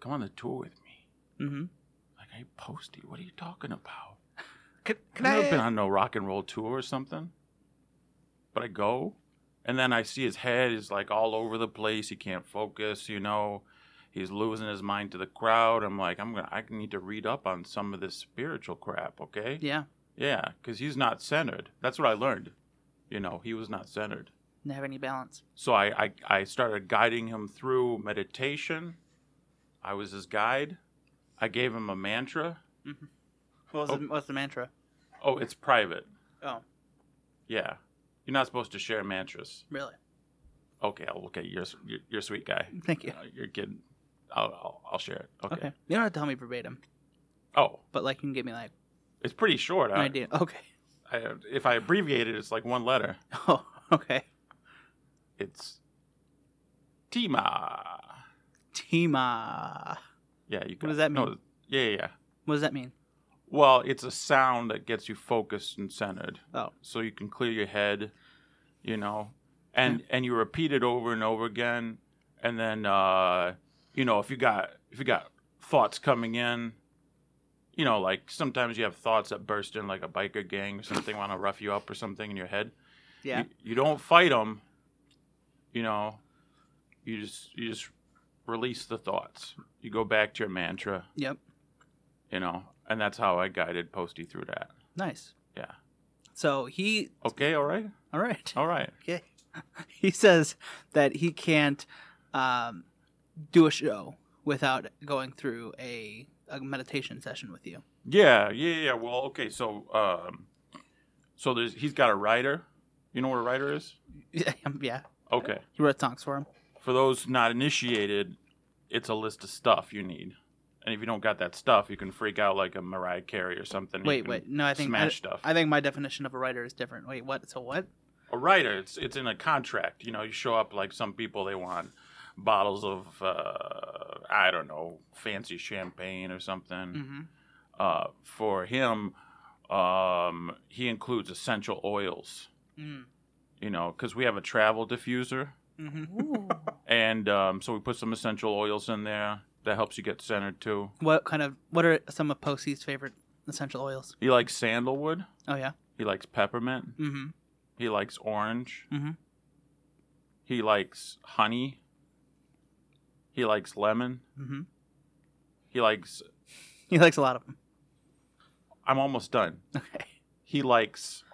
[SPEAKER 5] come on the tour with me."
[SPEAKER 2] Mm-hmm.
[SPEAKER 5] Like, "Hey Posty, what are you talking about?"
[SPEAKER 4] can,
[SPEAKER 5] I've
[SPEAKER 4] can
[SPEAKER 5] never
[SPEAKER 4] I-
[SPEAKER 5] been on no rock and roll tour or something. But I go, and then I see his head is like all over the place. He can't focus, you know. He's losing his mind to the crowd. I'm like, I'm gonna, I need to read up on some of this spiritual crap, okay?
[SPEAKER 2] Yeah.
[SPEAKER 5] Yeah, because he's not centered. That's what I learned. You know, he was not centered.
[SPEAKER 2] Didn't have any balance.
[SPEAKER 5] So I, I, I started guiding him through meditation. I was his guide. I gave him a mantra.
[SPEAKER 2] What was
[SPEAKER 5] Oh.
[SPEAKER 2] the, what's the mantra?
[SPEAKER 5] Oh, it's private.
[SPEAKER 2] Oh,
[SPEAKER 5] Yeah. You're not supposed to share mantras.
[SPEAKER 2] really?
[SPEAKER 5] Okay, I'll look at your your, your sweet guy.
[SPEAKER 2] Thank you.
[SPEAKER 5] Uh, Your kid. I'll, I'll, I'll share it. Okay.
[SPEAKER 2] Okay. You don't have to tell me verbatim,
[SPEAKER 5] Oh,
[SPEAKER 2] but like you can give me like
[SPEAKER 5] it's pretty short.
[SPEAKER 2] an
[SPEAKER 5] I,
[SPEAKER 2] idea. Okay. [LAUGHS]
[SPEAKER 5] I- if I abbreviate it, it's like one letter.
[SPEAKER 2] Oh, okay.
[SPEAKER 5] It's Tima.
[SPEAKER 2] Tima.
[SPEAKER 5] Yeah, you.
[SPEAKER 2] What does
[SPEAKER 5] got-
[SPEAKER 2] that
[SPEAKER 5] No, yeah, yeah, yeah.
[SPEAKER 2] What does that mean?
[SPEAKER 5] Well, it's a sound that gets you focused and centered,
[SPEAKER 2] Oh,
[SPEAKER 5] so you can clear your head. You know, and and you repeat it over and over again, and then uh, you know if you got if you got thoughts coming in. You know, like sometimes you have thoughts that burst in, like a biker gang or something, want to rough you up or something in your head.
[SPEAKER 2] yeah.
[SPEAKER 5] You, you don't fight them. You know, you just you just release the thoughts. You go back to your mantra
[SPEAKER 2] Yep.
[SPEAKER 5] you know, and that's how I guided Posty through that.
[SPEAKER 2] Nice.
[SPEAKER 5] Yeah.
[SPEAKER 2] So he.
[SPEAKER 5] Okay, all right,
[SPEAKER 2] All right.
[SPEAKER 5] all right.
[SPEAKER 2] Okay. [LAUGHS] He says that he can't um, do a show without going through a, a meditation session with you. [LAUGHS]
[SPEAKER 5] Yeah, yeah, yeah. Well, okay. So, um, so there's he's got a writer. You know what a writer is?
[SPEAKER 2] Um, yeah.
[SPEAKER 5] Okay.
[SPEAKER 2] He wrote songs for him.
[SPEAKER 5] For those not initiated, it's a list of stuff you need, And if you don't got that stuff, you can freak out like a Mariah Carey or something. You
[SPEAKER 2] Wait,
[SPEAKER 5] can
[SPEAKER 2] wait. No, I think I,
[SPEAKER 5] Mm-hmm. smash stuff.
[SPEAKER 2] I think my definition of a writer is different. Wait, what? So what?
[SPEAKER 5] a writer, it's it's in a contract. You know, you show up like some people they want bottles of uh, I don't know fancy champagne or something.
[SPEAKER 2] Mm-hmm.
[SPEAKER 5] Uh, for him, um, he includes essential oils.
[SPEAKER 2] Mm-hmm.
[SPEAKER 5] You know, because we have a travel diffuser,
[SPEAKER 3] [LAUGHS] Ooh.
[SPEAKER 5] and um, so we put some essential oils in there that helps you get centered too.
[SPEAKER 2] What kind of? What are some of Posey's favorite essential oils?
[SPEAKER 5] He likes sandalwood.
[SPEAKER 2] Oh yeah.
[SPEAKER 5] He likes peppermint.
[SPEAKER 2] Mm-hmm.
[SPEAKER 5] He likes orange.
[SPEAKER 2] Mhm.
[SPEAKER 5] He likes honey. He likes lemon.
[SPEAKER 2] Mm-hmm.
[SPEAKER 5] He likes.
[SPEAKER 2] He likes a lot of them.
[SPEAKER 5] I'm almost done.
[SPEAKER 2] Okay.
[SPEAKER 5] He likes.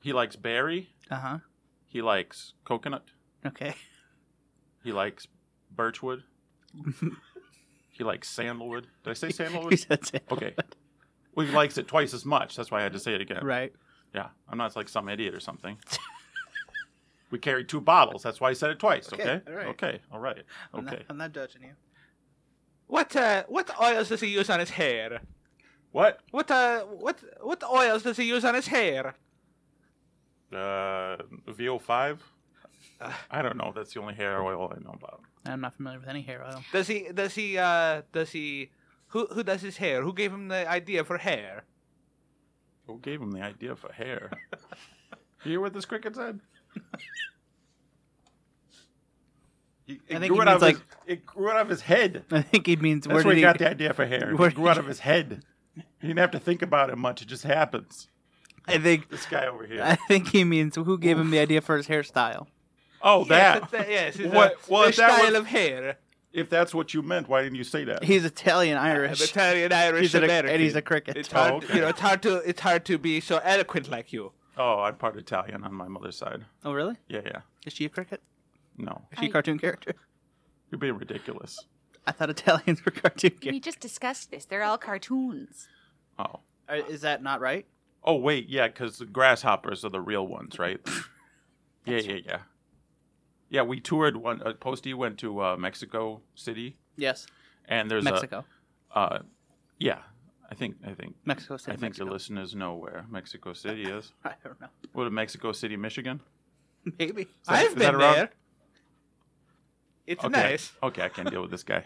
[SPEAKER 5] He likes berry.
[SPEAKER 2] Uh huh.
[SPEAKER 5] He likes coconut.
[SPEAKER 2] Okay. [LAUGHS]
[SPEAKER 5] He likes birchwood. he likes sandalwood. Did I say
[SPEAKER 2] He
[SPEAKER 5] sandalwood?
[SPEAKER 2] said sandalwood.
[SPEAKER 5] [LAUGHS] Okay. Well, he likes it twice as much. That's why I had to say it again.
[SPEAKER 2] Right.
[SPEAKER 5] Yeah. I'm not like some idiot or something. [LAUGHS] we carry two bottles. That's why I said it twice.
[SPEAKER 2] Okay,
[SPEAKER 5] Okay.
[SPEAKER 2] all right.
[SPEAKER 5] Okay. All right.
[SPEAKER 2] I'm not,
[SPEAKER 5] Okay.
[SPEAKER 2] [LAUGHS] I'm not judging you.
[SPEAKER 4] What uh, what oils does he use on his hair?
[SPEAKER 5] What?
[SPEAKER 4] What uh, what what oils does he use on his hair?
[SPEAKER 5] Uh, VO5? I don't know. That's the only hair oil I know about.
[SPEAKER 2] I'm not familiar with any hair oil. [LAUGHS]
[SPEAKER 4] Does he does he uh does he who who does his hair? Who gave him the idea for
[SPEAKER 5] [LAUGHS]
[SPEAKER 4] hair?
[SPEAKER 5] Who gave him the idea for [LAUGHS] hair? you hear what this cricket said? He-
[SPEAKER 2] I
[SPEAKER 5] It
[SPEAKER 2] think he
[SPEAKER 5] grew, out
[SPEAKER 2] means,
[SPEAKER 5] of
[SPEAKER 2] like-
[SPEAKER 5] his, it grew out of his head.
[SPEAKER 2] I think he means where
[SPEAKER 5] That's where
[SPEAKER 2] did
[SPEAKER 5] he
[SPEAKER 2] he?
[SPEAKER 5] got the idea for hair.
[SPEAKER 2] where
[SPEAKER 5] It
[SPEAKER 2] did
[SPEAKER 5] grew out
[SPEAKER 2] he-
[SPEAKER 5] of his head. He didn't have to think about it much. It just happens.
[SPEAKER 2] [LAUGHS] I think.
[SPEAKER 5] This guy over here.
[SPEAKER 2] I think he means who gave him the idea for his hairstyle. [LAUGHS]
[SPEAKER 5] oh,
[SPEAKER 4] Yes,
[SPEAKER 5] that.
[SPEAKER 4] it's the- yes, it's
[SPEAKER 5] What-
[SPEAKER 4] a-
[SPEAKER 5] well,
[SPEAKER 4] the
[SPEAKER 5] if that
[SPEAKER 4] style
[SPEAKER 5] was-
[SPEAKER 4] of hair.
[SPEAKER 5] If that's what you meant, why didn't you say that?
[SPEAKER 2] He's Italian
[SPEAKER 4] I'm
[SPEAKER 2] Irish.
[SPEAKER 4] Italian Irish
[SPEAKER 2] He's an-
[SPEAKER 4] American.
[SPEAKER 2] and he's a cricket.
[SPEAKER 4] It's hard,
[SPEAKER 5] Oh, okay.
[SPEAKER 4] you know, it's hard to it's hard to be so eloquent like you.
[SPEAKER 5] oh, I'm part Italian on my mother's side.
[SPEAKER 2] oh really?
[SPEAKER 5] Yeah, yeah.
[SPEAKER 2] Is she a cricket?
[SPEAKER 5] No.
[SPEAKER 2] Is she a
[SPEAKER 3] I-
[SPEAKER 2] cartoon character?
[SPEAKER 5] You're being ridiculous.
[SPEAKER 2] I thought Italians were cartoon
[SPEAKER 3] we
[SPEAKER 2] characters.
[SPEAKER 3] just discussed this. They're all cartoons.
[SPEAKER 5] Oh.
[SPEAKER 2] Is that not right?
[SPEAKER 5] Oh wait, yeah, because the grasshoppers are the real ones,
[SPEAKER 2] [LAUGHS]
[SPEAKER 5] right? yeah, yeah, yeah. Yeah, we toured one. Uh, Posty went to uh, Mexico City,
[SPEAKER 2] Yes.
[SPEAKER 5] and there's
[SPEAKER 2] Mexico.
[SPEAKER 5] a. Uh, yeah, I think I think
[SPEAKER 2] Mexico City.
[SPEAKER 5] I think your
[SPEAKER 2] Mexico.
[SPEAKER 5] listeners know where Mexico City is.
[SPEAKER 2] [LAUGHS] I don't know.
[SPEAKER 5] What Mexico City,
[SPEAKER 2] [LAUGHS]
[SPEAKER 5] Michigan?
[SPEAKER 2] Maybe.
[SPEAKER 5] Is that-
[SPEAKER 4] I've
[SPEAKER 5] is that
[SPEAKER 4] been
[SPEAKER 5] around?
[SPEAKER 4] there. It's
[SPEAKER 5] Okay.
[SPEAKER 4] nice.
[SPEAKER 5] Okay, I can't deal with
[SPEAKER 2] [LAUGHS]
[SPEAKER 5] this guy.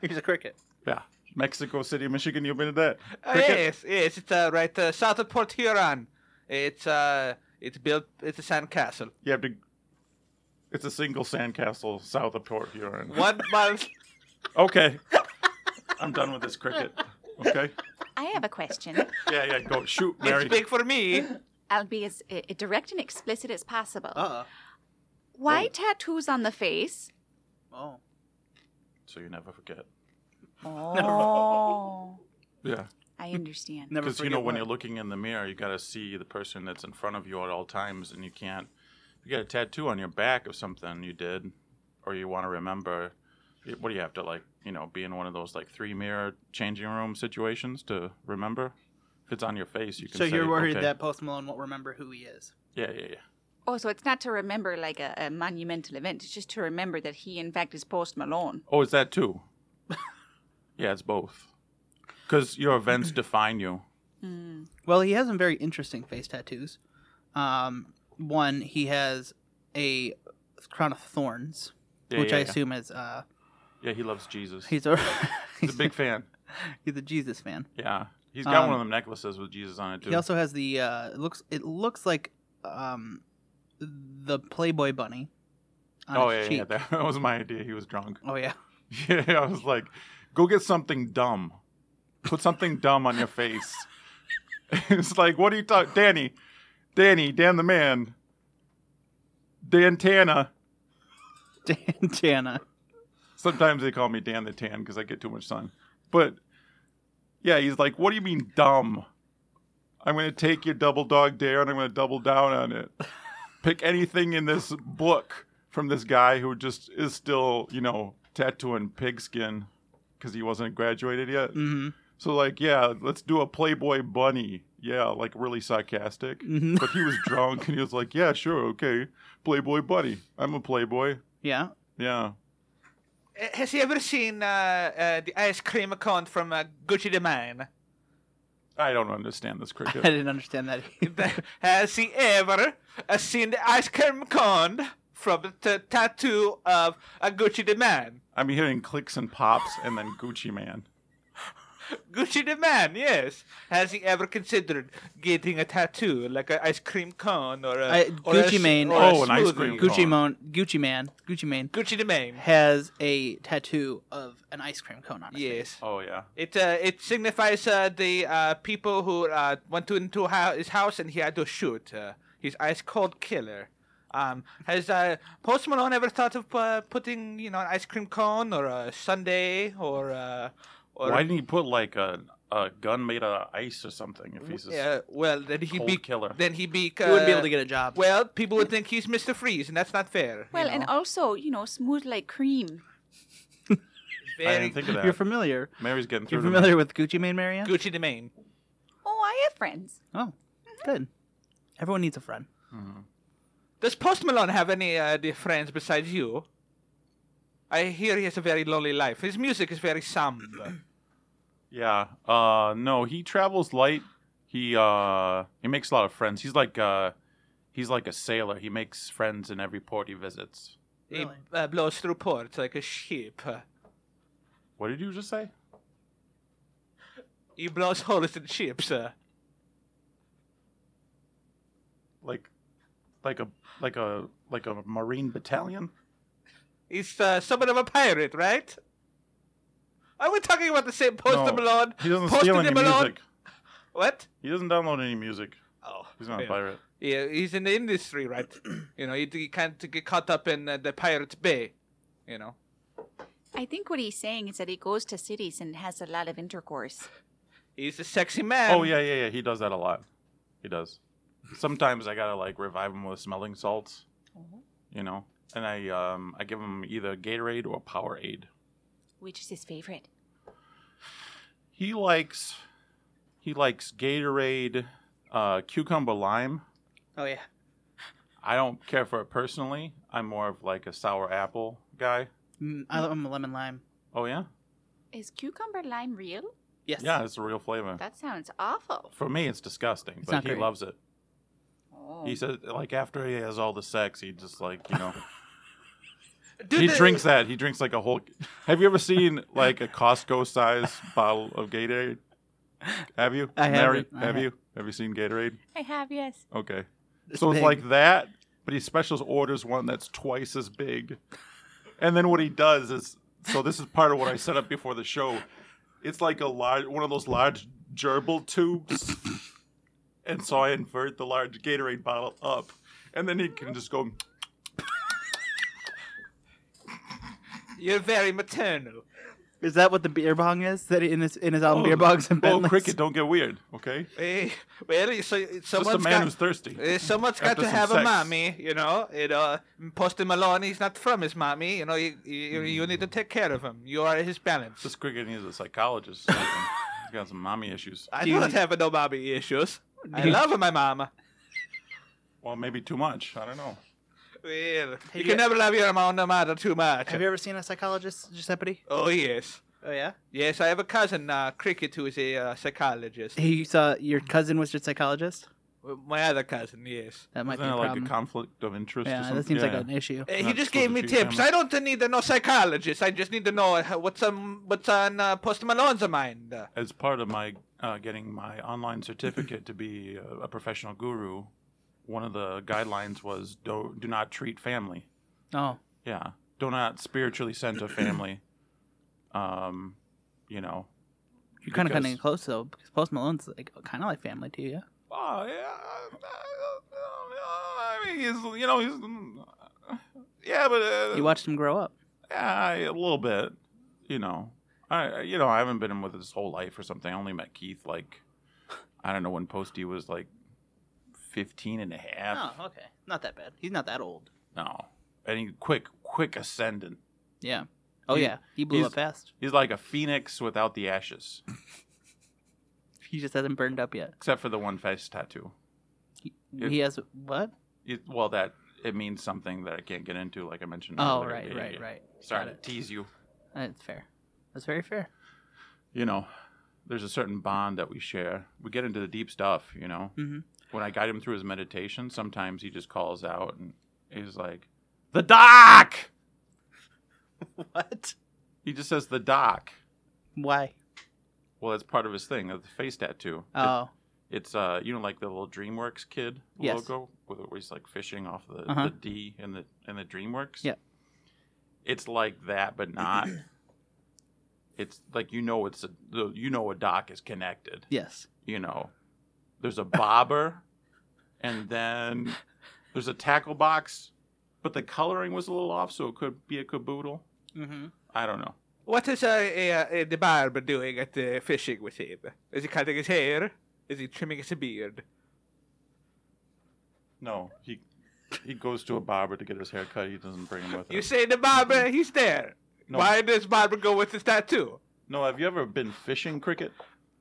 [SPEAKER 2] He's a cricket.
[SPEAKER 5] Yeah, Mexico City, Michigan. You've been to that?
[SPEAKER 4] Uh,
[SPEAKER 5] Cricket?
[SPEAKER 4] yes, yes, it's uh, right uh, south of Port Huron. It's uh, it's built. It's a sandcastle.
[SPEAKER 5] You have to. It's a single sandcastle south of Port Huron.
[SPEAKER 4] One month.
[SPEAKER 2] [LAUGHS]
[SPEAKER 5] Okay, I'm done with this cricket. Okay.
[SPEAKER 3] I have a question.
[SPEAKER 5] Yeah, yeah. Go shoot, Mary.
[SPEAKER 4] It's big for me.
[SPEAKER 3] I'll be as uh, direct and explicit as possible.
[SPEAKER 2] Uh
[SPEAKER 3] Why tattoos on the face?
[SPEAKER 2] oh.
[SPEAKER 5] So you never forget.
[SPEAKER 3] Oh,
[SPEAKER 5] Yeah.
[SPEAKER 3] I understand.
[SPEAKER 2] Never
[SPEAKER 5] Because you know
[SPEAKER 2] forget
[SPEAKER 5] when
[SPEAKER 2] what.
[SPEAKER 5] you're looking in the mirror, you gotta see the person that's in front of you at all times, and you can't. If you got a tattoo on your back of something you did, or you want to remember. it- What do you have to like? You know, be in one of those like three mirror changing room situations to remember. If it's on your face, you can.
[SPEAKER 2] So
[SPEAKER 5] say,
[SPEAKER 2] you're worried
[SPEAKER 5] okay.
[SPEAKER 2] that Post Malone won't remember who he is.
[SPEAKER 5] Yeah, yeah, yeah.
[SPEAKER 3] Oh, so it's not to remember like a, a monumental event. It's just to remember that he, in fact, is Post Malone.
[SPEAKER 5] Oh, is
[SPEAKER 2] [LAUGHS]
[SPEAKER 5] that too? yeah, it's both. Because your
[SPEAKER 2] [CLEARS THROAT]
[SPEAKER 5] events define you.
[SPEAKER 2] Well, he has some very interesting face tattoos. Um, one, he has a crown of thorns,
[SPEAKER 5] Yeah,
[SPEAKER 2] which
[SPEAKER 5] yeah,
[SPEAKER 2] I
[SPEAKER 5] yeah.
[SPEAKER 2] assume is uh,
[SPEAKER 5] Yeah, he loves Jesus.
[SPEAKER 2] [LAUGHS] he's a
[SPEAKER 5] He's a big fan.
[SPEAKER 2] he's a Jesus fan.
[SPEAKER 5] Yeah, he's got
[SPEAKER 2] Um,
[SPEAKER 5] one of them necklaces with Jesus on it too.
[SPEAKER 2] He also has the uh, it looks it looks like um, the Playboy bunny. On
[SPEAKER 5] oh yeah,
[SPEAKER 2] his cheek.
[SPEAKER 5] yeah, [LAUGHS] that was my idea. He was drunk. [LAUGHS]
[SPEAKER 2] Oh yeah. [LAUGHS]
[SPEAKER 5] Yeah, I was like, go get something dumb. Put something dumb on your face. [LAUGHS] it's like, what are you talking, Danny? Danny, Dan the man, Dan Tana.
[SPEAKER 2] Dan Tana.
[SPEAKER 5] Sometimes they call me Dan the Tan because I get too much sun. But yeah, he's like, what do you mean dumb? I'm going to take your double dog dare and I'm going to double down on it. Pick anything in this book from this guy who just is still, you know, tattooing pigskin because he wasn't graduated yet.
[SPEAKER 2] hmm
[SPEAKER 5] So, like, yeah, let's do a Playboy bunny. Yeah, like really sarcastic.
[SPEAKER 2] Mhm.
[SPEAKER 5] But he was drunk and he was like, yeah, sure, okay. Playboy bunny. I'm a Playboy.
[SPEAKER 2] Yeah.
[SPEAKER 5] Yeah.
[SPEAKER 4] Eh, Has he ever seen uh, uh, the ice cream cone from uh, Gucci de Mine?
[SPEAKER 5] I don't understand this
[SPEAKER 2] I
[SPEAKER 5] cricket.
[SPEAKER 2] didn't understand
[SPEAKER 5] [LAUGHS]
[SPEAKER 2] that. either.
[SPEAKER 4] [LAUGHS] Has he ever uh, seen the ice cream cone from the t- tattoo of a Gucci the man?
[SPEAKER 5] I'm hearing clicks and pops and then Gucci Man.
[SPEAKER 4] Gucci the man, yes. Has he ever considered getting a tattoo like an ice cream cone or a
[SPEAKER 2] I-
[SPEAKER 4] or a
[SPEAKER 2] Gucci
[SPEAKER 4] s-
[SPEAKER 2] Mane.
[SPEAKER 4] or a
[SPEAKER 5] Oh, an ice
[SPEAKER 4] smoothie?
[SPEAKER 5] cream cone.
[SPEAKER 2] Gucci Mon, Gucci Man, Gucci Man
[SPEAKER 4] Gucci the man.
[SPEAKER 2] has a tattoo of an ice cream cone on it.
[SPEAKER 4] Yes.
[SPEAKER 5] Oh yeah.
[SPEAKER 4] It uh, it signifies uh, the uh, people who uh, went to into ho- his house and he had to shoot. Uh, his ice cold killer. Um, has uh, Post Malone ever thought of uh, putting you know an ice cream cone or a sundae or uh, or
[SPEAKER 5] Why didn't he put like a a gun made out of ice or something? If he's a
[SPEAKER 4] uh, well then he
[SPEAKER 5] cold
[SPEAKER 4] be
[SPEAKER 5] killer.
[SPEAKER 4] then he be uh,
[SPEAKER 2] You wouldn't be able to get a job.
[SPEAKER 4] well people would think he's Mr. Freeze and that's not fair.
[SPEAKER 3] Well, and also, you know, smooth like cream.
[SPEAKER 5] I
[SPEAKER 4] very
[SPEAKER 5] didn't think of that.
[SPEAKER 2] You're familiar.
[SPEAKER 5] Mary's getting through.
[SPEAKER 2] You're
[SPEAKER 5] to me.
[SPEAKER 2] familiar with Gucci Mane, Marianne?
[SPEAKER 4] Gucci the main.
[SPEAKER 3] Oh, I have friends.
[SPEAKER 2] Oh, good. Everyone needs a friend.
[SPEAKER 4] Does Post Malone have any uh, dear friends besides you? I hear he has a very lonely life. His music is very somber.
[SPEAKER 5] Yeah. Uh, no, he travels light. He uh, he makes a lot of friends. He's like uh, he's like a sailor. He makes friends in every port he visits.
[SPEAKER 2] Really?
[SPEAKER 4] He uh, blows through ports like a ship.
[SPEAKER 5] What did you just say?
[SPEAKER 4] He blows holes in ships. Uh,
[SPEAKER 5] Like, like a like a like a marine battalion.
[SPEAKER 4] he's uh, somewhat of a pirate, right? Are we talking about the same Post
[SPEAKER 5] No,
[SPEAKER 4] Malone?
[SPEAKER 5] He doesn't
[SPEAKER 4] Post
[SPEAKER 5] steal any
[SPEAKER 4] Malone?
[SPEAKER 5] music.
[SPEAKER 4] What?
[SPEAKER 5] He doesn't download any music.
[SPEAKER 4] Oh,
[SPEAKER 5] He's not
[SPEAKER 4] yeah.
[SPEAKER 5] a pirate.
[SPEAKER 4] Yeah, he's in the industry, right?
[SPEAKER 5] [CLEARS THROAT]
[SPEAKER 4] you know, he, he can't get caught up in uh, the Pirate Bay. You know,
[SPEAKER 3] I think what he's saying is that he goes to cities and has a lot of intercourse.
[SPEAKER 4] he's a sexy man.
[SPEAKER 2] Um,
[SPEAKER 5] Oh yeah, yeah, yeah. He does that a lot. He does. Sometimes I gotta like revive him with smelling salts.
[SPEAKER 2] Oh.
[SPEAKER 5] You know, and I um I give him either Gatorade or Powerade.
[SPEAKER 3] Which is his favorite?
[SPEAKER 5] He likes he likes Gatorade, uh, cucumber lime.
[SPEAKER 2] Oh yeah.
[SPEAKER 5] I don't care for it personally. I'm more of like a sour apple guy.
[SPEAKER 2] Mm, I love I'm a lemon lime.
[SPEAKER 5] Oh yeah,
[SPEAKER 3] Is cucumber lime real?
[SPEAKER 2] Yes.
[SPEAKER 5] yeah, it's a real flavor.
[SPEAKER 3] That sounds awful.
[SPEAKER 5] For me, it's disgusting,
[SPEAKER 2] It's
[SPEAKER 5] but
[SPEAKER 2] not
[SPEAKER 5] he
[SPEAKER 2] great.
[SPEAKER 5] loves it.
[SPEAKER 3] Oh.
[SPEAKER 5] He says like after he has all the sex, he just like you know
[SPEAKER 4] Dude,
[SPEAKER 5] he
[SPEAKER 4] the-
[SPEAKER 5] drinks that. He drinks like a whole. [LAUGHS] Have you ever seen like a Costco size [LAUGHS] bottle of Gatorade? Have you,
[SPEAKER 2] I
[SPEAKER 5] Mary?
[SPEAKER 2] haven't. I
[SPEAKER 5] have
[SPEAKER 2] ha-
[SPEAKER 5] you? Have you seen Gatorade?
[SPEAKER 3] I have, yes.
[SPEAKER 5] Okay.
[SPEAKER 2] It's
[SPEAKER 5] so it's
[SPEAKER 2] big.
[SPEAKER 5] like that, but he specials orders one that's twice as big. And then what he does is so this is part of what I set up before the show. It's like a large one of those large gerbil tubes. and so I invert the large Gatorade bottle up. And then he can just go
[SPEAKER 4] You're very maternal.
[SPEAKER 2] Is that what the beer bong is? That in his in his album beer bongs and
[SPEAKER 5] Oh,
[SPEAKER 2] Bentleys?
[SPEAKER 5] cricket, don't get weird, okay?
[SPEAKER 4] Eh, well, so
[SPEAKER 5] Just a
[SPEAKER 4] someone's
[SPEAKER 5] man
[SPEAKER 4] got,
[SPEAKER 5] who's thirsty.
[SPEAKER 4] eh, someone's got
[SPEAKER 5] After
[SPEAKER 4] to
[SPEAKER 5] some
[SPEAKER 4] have a
[SPEAKER 5] sex.
[SPEAKER 4] mommy, you know. You know, Post Malone, he's not from his mommy. You know, you, you, you need to take care of him. You are his balance.
[SPEAKER 5] This cricket needs a psychologist. or something. He's got some mommy issues.
[SPEAKER 4] I
[SPEAKER 2] Do you-
[SPEAKER 4] don't have no mommy issues. I
[SPEAKER 2] Do you-
[SPEAKER 4] love my mama.
[SPEAKER 5] Well, maybe too much. I don't know.
[SPEAKER 4] Well, you
[SPEAKER 2] you-
[SPEAKER 4] can never love your own mother too much.
[SPEAKER 2] Have you ever seen a psychologist, Giuseppe?
[SPEAKER 4] oh yes,
[SPEAKER 2] Oh yeah.
[SPEAKER 4] yes. I have a cousin, uh, Cricket, who is a uh, psychologist.
[SPEAKER 2] He saw your cousin was your psychologist.
[SPEAKER 4] My other cousin, yes.
[SPEAKER 2] That might
[SPEAKER 5] Isn't
[SPEAKER 2] be
[SPEAKER 5] it
[SPEAKER 2] a
[SPEAKER 5] like
[SPEAKER 2] problem.
[SPEAKER 5] a conflict of interest? or
[SPEAKER 2] yeah,
[SPEAKER 5] something?
[SPEAKER 2] that seems like
[SPEAKER 5] Yeah.
[SPEAKER 2] an issue.
[SPEAKER 4] Uh, he
[SPEAKER 5] Not
[SPEAKER 4] just gave
[SPEAKER 5] supposed
[SPEAKER 4] me
[SPEAKER 5] to treat
[SPEAKER 4] tips.
[SPEAKER 5] them.
[SPEAKER 4] I don't need no psychologist. I just need to know how- what's um what's on uh, Post Malone's mind. Uh,
[SPEAKER 5] As part of my uh, getting my online certificate to be a, a professional guru, one of the guidelines was do, do not treat family.
[SPEAKER 2] Oh,
[SPEAKER 5] Yeah, do not spiritually center family. Um, you know.
[SPEAKER 2] you're kind of
[SPEAKER 5] Because-
[SPEAKER 2] cutting it close though, because Post Malone's like kind of like family to you.
[SPEAKER 5] Oh yeah, I, I, I mean he's you know he's yeah, but uh,
[SPEAKER 2] You watched him grow up.
[SPEAKER 5] Yeah, a little bit. You know, I you know I haven't been with his whole life or something. I only met Keith like I don't know when Posty was like 15 and a half.
[SPEAKER 2] Oh, okay, not that bad. He's not that old.
[SPEAKER 5] No, and he quick quick ascendant.
[SPEAKER 2] Yeah. Oh
[SPEAKER 5] He-
[SPEAKER 2] yeah, he blew
[SPEAKER 5] he's-
[SPEAKER 2] up fast.
[SPEAKER 5] He's like a phoenix without the ashes,
[SPEAKER 2] He just hasn't burned up yet.
[SPEAKER 5] except for the one face tattoo.
[SPEAKER 2] He,
[SPEAKER 5] If-
[SPEAKER 2] he has what?
[SPEAKER 5] It, well, that it means something that I can't get into, like I mentioned.
[SPEAKER 2] Oh
[SPEAKER 5] earlier.
[SPEAKER 2] right,
[SPEAKER 5] Yeah, yeah,
[SPEAKER 2] right,
[SPEAKER 5] yeah.
[SPEAKER 2] right.
[SPEAKER 5] Sorry
[SPEAKER 2] Got
[SPEAKER 5] to
[SPEAKER 2] it.
[SPEAKER 5] tease you.
[SPEAKER 2] That's fair. That's very fair.
[SPEAKER 5] you know, there's a certain bond that we share. We get into the deep stuff, you know.
[SPEAKER 2] Mhm.
[SPEAKER 5] When I guide him through his meditation, sometimes he just calls out and he's like, "The doc."
[SPEAKER 2] [LAUGHS] What?
[SPEAKER 5] He just says, "The doc."
[SPEAKER 2] Why?
[SPEAKER 5] Well, that's part of his thing, of the face tattoo.
[SPEAKER 2] Oh,
[SPEAKER 5] It's uh, you know, like the little DreamWorks kid
[SPEAKER 2] Yes.
[SPEAKER 5] logo, where where he's like fishing off the,
[SPEAKER 2] Uh-huh.
[SPEAKER 5] the D in the in the DreamWorks.
[SPEAKER 2] Yeah.
[SPEAKER 5] It's like that, but
[SPEAKER 2] [CLEARS THROAT]
[SPEAKER 5] not. it's like you know, it's a the- you know, a doc is connected.
[SPEAKER 2] yes.
[SPEAKER 5] you know, there's a bobber, [LAUGHS] and then there's a tackle box, but the coloring was a little off, so it could be a caboodle.
[SPEAKER 2] Mm-hmm.
[SPEAKER 5] I don't know.
[SPEAKER 4] What is uh, uh, uh, the barber doing at the fishing with him? Is he cutting his hair? Is he trimming his beard?
[SPEAKER 5] No, he he goes to a barber to get his hair cut. He doesn't bring him with
[SPEAKER 4] You
[SPEAKER 5] him.
[SPEAKER 4] say the barber, he's there.
[SPEAKER 5] No.
[SPEAKER 4] Why does barber go with his tattoo?
[SPEAKER 5] no, have you ever been fishing cricket?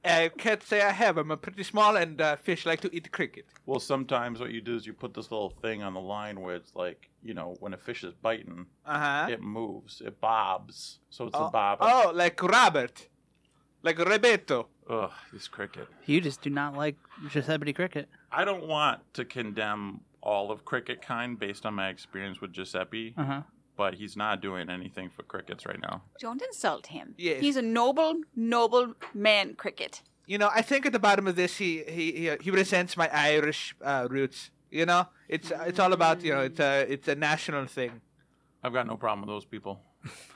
[SPEAKER 4] I can't say I have. I'm uh, pretty small, and uh, fish like to eat cricket.
[SPEAKER 5] Well, sometimes what you do is you put this little thing on the line where it's like, you know, when a fish is biting,
[SPEAKER 4] Uh huh.
[SPEAKER 5] it moves, it bobs. So it's a
[SPEAKER 4] Oh,
[SPEAKER 5] bobber.
[SPEAKER 4] oh, like Robert, like Rebeto.
[SPEAKER 5] Ugh, this cricket.
[SPEAKER 2] You just do not like Giuseppe Cricket.
[SPEAKER 5] I don't want to condemn all of cricket kind based on my experience with Giuseppe.
[SPEAKER 2] Uh huh.
[SPEAKER 5] but he's not doing anything for crickets right now.
[SPEAKER 3] Don't insult him.
[SPEAKER 4] Yes.
[SPEAKER 3] He's a noble, noble man, Cricket.
[SPEAKER 4] You know, I think at the bottom of this, he he he, uh, he resents my Irish uh, roots. You know, it's it's all about you know it's a it's a national thing.
[SPEAKER 5] I've got no problem with those people.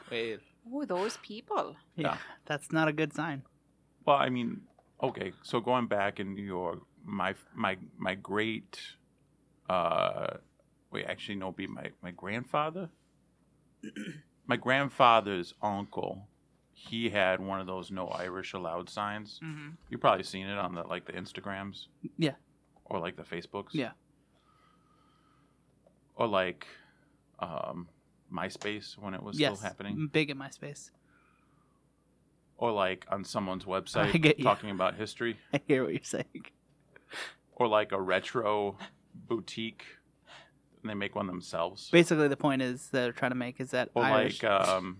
[SPEAKER 4] Well,
[SPEAKER 3] Oh, those people.
[SPEAKER 2] Yeah.
[SPEAKER 5] Yeah.
[SPEAKER 2] That's not a good sign.
[SPEAKER 5] Well, I mean, okay, so going back in New York, my my my great uh wait, actually no, be my my grandfather. [CLEARS THROAT] my grandfather's uncle, he had one of those no Irish allowed signs.
[SPEAKER 2] Mm-hmm.
[SPEAKER 5] You've probably seen it on the like the Instagrams.
[SPEAKER 2] Yeah.
[SPEAKER 5] Or like the Facebooks.
[SPEAKER 2] Yeah.
[SPEAKER 5] Or like um MySpace when it was
[SPEAKER 2] yes. Mm.
[SPEAKER 5] still happening.
[SPEAKER 2] I'm Big in my space. [LAUGHS]
[SPEAKER 5] or like on someone's
[SPEAKER 2] I get
[SPEAKER 5] website
[SPEAKER 2] you.
[SPEAKER 5] talking about history
[SPEAKER 2] I hear what you're saying.
[SPEAKER 5] or like a retro boutique and they make one themselves
[SPEAKER 2] Basically, the point is they're trying to make is that
[SPEAKER 5] or
[SPEAKER 2] Irish-
[SPEAKER 5] like um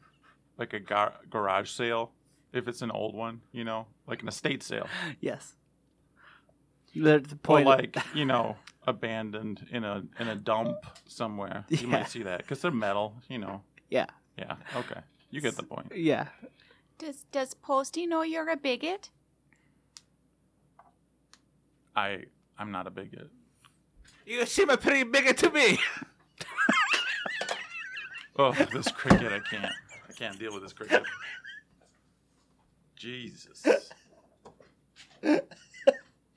[SPEAKER 5] like a gar- garage sale if it's an old one you know like an estate sale
[SPEAKER 2] yes. The, the
[SPEAKER 5] or
[SPEAKER 2] point
[SPEAKER 5] uh, like you know abandoned in a in a dump somewhere you
[SPEAKER 2] Yeah.
[SPEAKER 5] might see that because they're metal you know
[SPEAKER 2] Yeah.
[SPEAKER 5] yeah okay you get the point
[SPEAKER 2] [LAUGHS] yeah.
[SPEAKER 3] Does does Posty know you're a bigot?
[SPEAKER 5] i i'm not a bigot
[SPEAKER 4] you seem a pretty bigot to me.
[SPEAKER 5] oh [LAUGHS] this cricket i can't i can't deal with this cricket jesus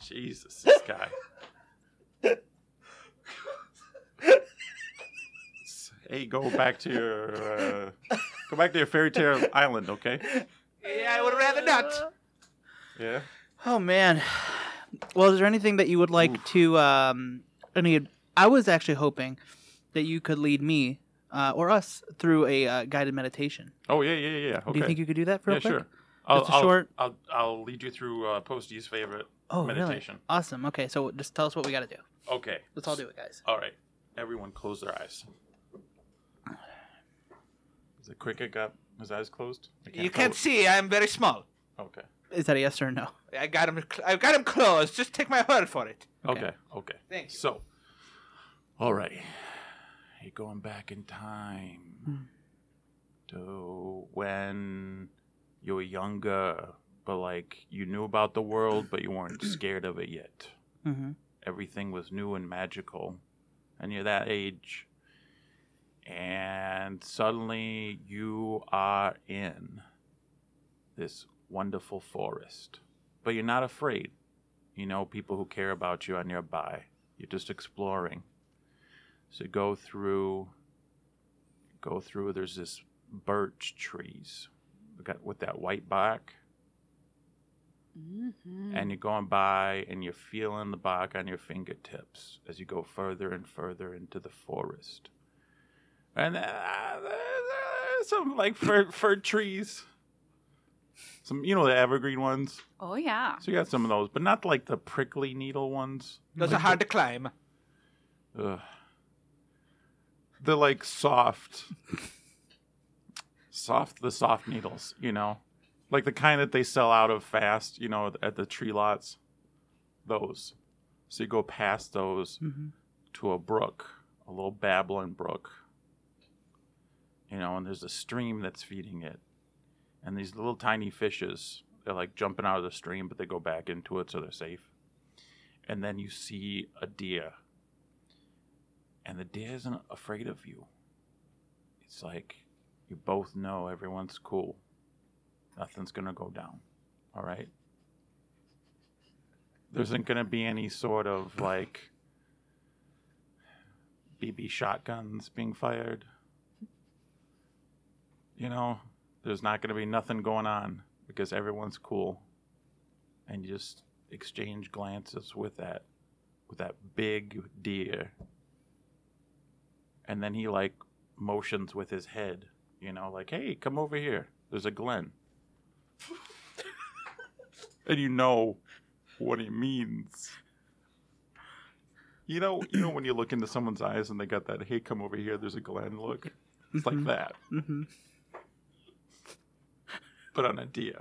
[SPEAKER 5] jesus this guy hey go back to your uh, go back to your fairy tale island okay
[SPEAKER 4] yeah, I would rather not.
[SPEAKER 5] yeah
[SPEAKER 2] Oh man. Well, is there anything that you would like to? Um, any? I was actually hoping that you could lead me uh, or us through a uh, guided meditation.
[SPEAKER 5] oh yeah yeah yeah yeah, okay
[SPEAKER 2] Do you think you could do that real
[SPEAKER 5] yeah
[SPEAKER 2] quick?
[SPEAKER 5] sure I'll,
[SPEAKER 2] Just a
[SPEAKER 5] I'll,
[SPEAKER 2] short-
[SPEAKER 5] I'll, I'll lead you through uh, Posty's favorite
[SPEAKER 2] Oh,
[SPEAKER 5] meditation.
[SPEAKER 2] really? Awesome. Okay, so just tell us what we got to do.
[SPEAKER 5] Okay.
[SPEAKER 2] Let's all do it, guys.
[SPEAKER 5] All right, everyone, close their eyes. Is the cricket got his eyes closed? I
[SPEAKER 4] You
[SPEAKER 5] tell
[SPEAKER 4] can't see. I'm very small.
[SPEAKER 5] what- Okay.
[SPEAKER 2] Is that a yes or a no?
[SPEAKER 4] I got him. cl- I got him closed. Just take my word for it.
[SPEAKER 5] Okay. Okay.
[SPEAKER 4] Thank you.
[SPEAKER 5] So, all right, you're going back in
[SPEAKER 2] Hmm.
[SPEAKER 5] time to when you were younger, but like you knew about the world, but you weren't scared of it yet.
[SPEAKER 2] Mm-hmm.
[SPEAKER 5] everything was new and magical and you're that age and suddenly you are in this wonderful forest but you're not afraid you know people who care about you are nearby you're just exploring so go through go through there's this birch trees We got with that white bark
[SPEAKER 3] Mm.
[SPEAKER 5] and you're going by and you're feeling the bark on your fingertips as you go further and further into the forest. And uh, there's some like fir, fir trees, some you know the evergreen ones.
[SPEAKER 3] Oh yeah.
[SPEAKER 5] So you got some of those, but not like the prickly needle ones.
[SPEAKER 4] Those are hard to climb.
[SPEAKER 5] Ugh. They're like soft, soft the soft needles, you know, like the kind that they sell out of fast, you know, at the tree lots. Those, so you go past those
[SPEAKER 2] Mhm.
[SPEAKER 5] to a brook, a little babbling brook. You know, and there's a stream that's feeding it, and these little tiny fishes they're like jumping out of the stream, but they go back into it so they're safe. And then you see a deer, and the deer isn't afraid of you. It's like you both know everyone's cool. Nothing's gonna go down. All right. There isn't gonna be any sort of like BB shotguns being fired. You know, there's not gonna be nothing going on because everyone's cool. And you just exchange glances with that with that big deer. And then he like motions with his head you know, like, hey, come over here. There's a Glen. [LAUGHS] and you know what he means. You know, you know when you look into someone's eyes and they got that, hey, come over here, there's a Glen look. It's like that,
[SPEAKER 2] hmm
[SPEAKER 5] but on a deer.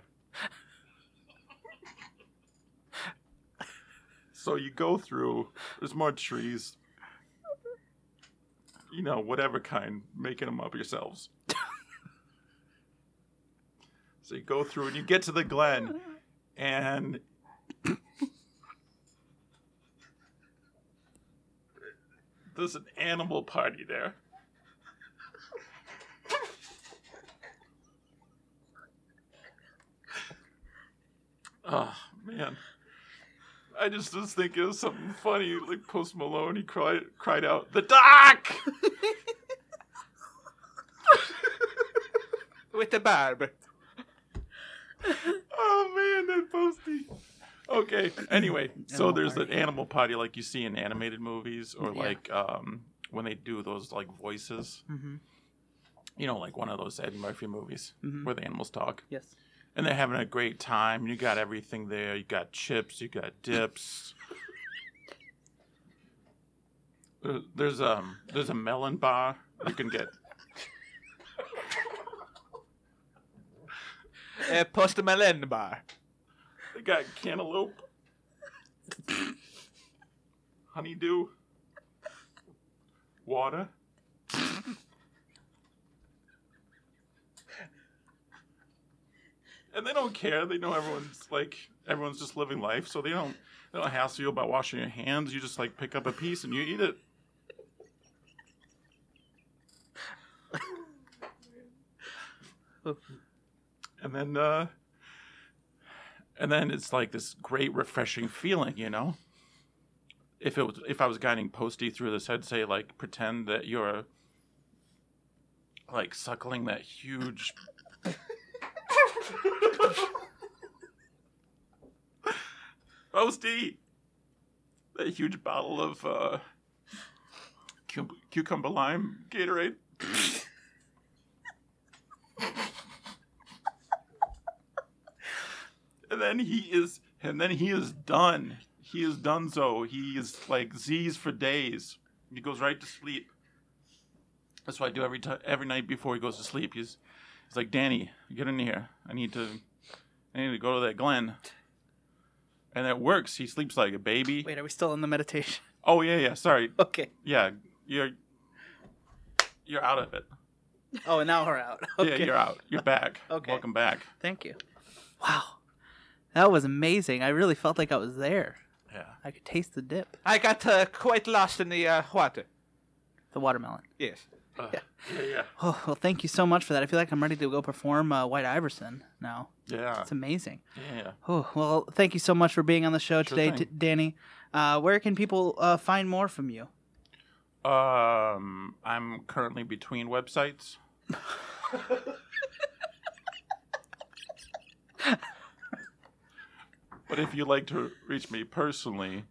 [SPEAKER 5] so you go through, there's more trees. You know, whatever kind, making them up yourselves. So you go through and you get to the glen, and there's an animal party there. Oh man, I just was thinking of something funny. Like Post Malone, he cried cried out, "The doc!"
[SPEAKER 4] With the barb.
[SPEAKER 5] Oh man, that posty. Okay. Anyway, so
[SPEAKER 2] Animal
[SPEAKER 5] there's
[SPEAKER 2] party.
[SPEAKER 5] an animal party like you see in animated movies, or
[SPEAKER 2] Yeah.
[SPEAKER 5] like um, when they do those like voices.
[SPEAKER 2] hmm
[SPEAKER 5] You know, like one of those Ed Murphy movies
[SPEAKER 2] Mhm.
[SPEAKER 5] where the animals talk,
[SPEAKER 2] Yes.
[SPEAKER 5] and they're having a great time. You got everything there. You got chips. You got dips. There- There's um there's a melon bar you can get.
[SPEAKER 4] Uh, post Malone bar.
[SPEAKER 5] They got cantaloupe, honeydew, water. And they don't care. They know everyone's like everyone's just living life, so they don't they don't hassle you about washing your hands. You just like pick up a piece and you eat it. and then uh and then it's like this great refreshing feeling you know if it was if i was guiding posty through this i'd say like pretend that you're like suckling that huge posty that huge bottle of uh cum- cucumber lime gatorade And then he is, and then he is done. He is done. So he is like Z's for days. He goes right to sleep. That's what I do every time, every night before he goes to sleep. He's, he's like Danny, get in here. I need to, I need to go to that Glen. And that works. He sleeps like a baby.
[SPEAKER 2] Wait, are we still in the meditation? [LAUGHS]
[SPEAKER 5] Oh yeah, yeah. Sorry.
[SPEAKER 2] Okay.
[SPEAKER 5] Yeah, you're, you're out of it.
[SPEAKER 2] Oh, and now we're out. Okay.
[SPEAKER 5] Yeah, you're out. You're back.
[SPEAKER 2] [LAUGHS] Okay.
[SPEAKER 5] Welcome back.
[SPEAKER 2] Thank you. Wow. That was amazing. I really felt like I was there.
[SPEAKER 5] Yeah.
[SPEAKER 2] I could taste the dip,
[SPEAKER 4] I got uh, quite lost in the uh, water.
[SPEAKER 2] the watermelon.
[SPEAKER 4] Yes.
[SPEAKER 5] Uh, yeah. Yeah.
[SPEAKER 2] Oh, well, thank you so much for that. I feel like I'm ready to go perform uh, White Iverson now.
[SPEAKER 5] Yeah.
[SPEAKER 2] It's amazing.
[SPEAKER 5] Yeah.
[SPEAKER 2] Oh, well, thank you so much for being on the show
[SPEAKER 5] Sure
[SPEAKER 2] today,
[SPEAKER 5] thing.
[SPEAKER 2] D- Danny. Uh, where can people uh, find more from you?
[SPEAKER 5] Um, I'm currently between websites. but if you'd like to reach me personally,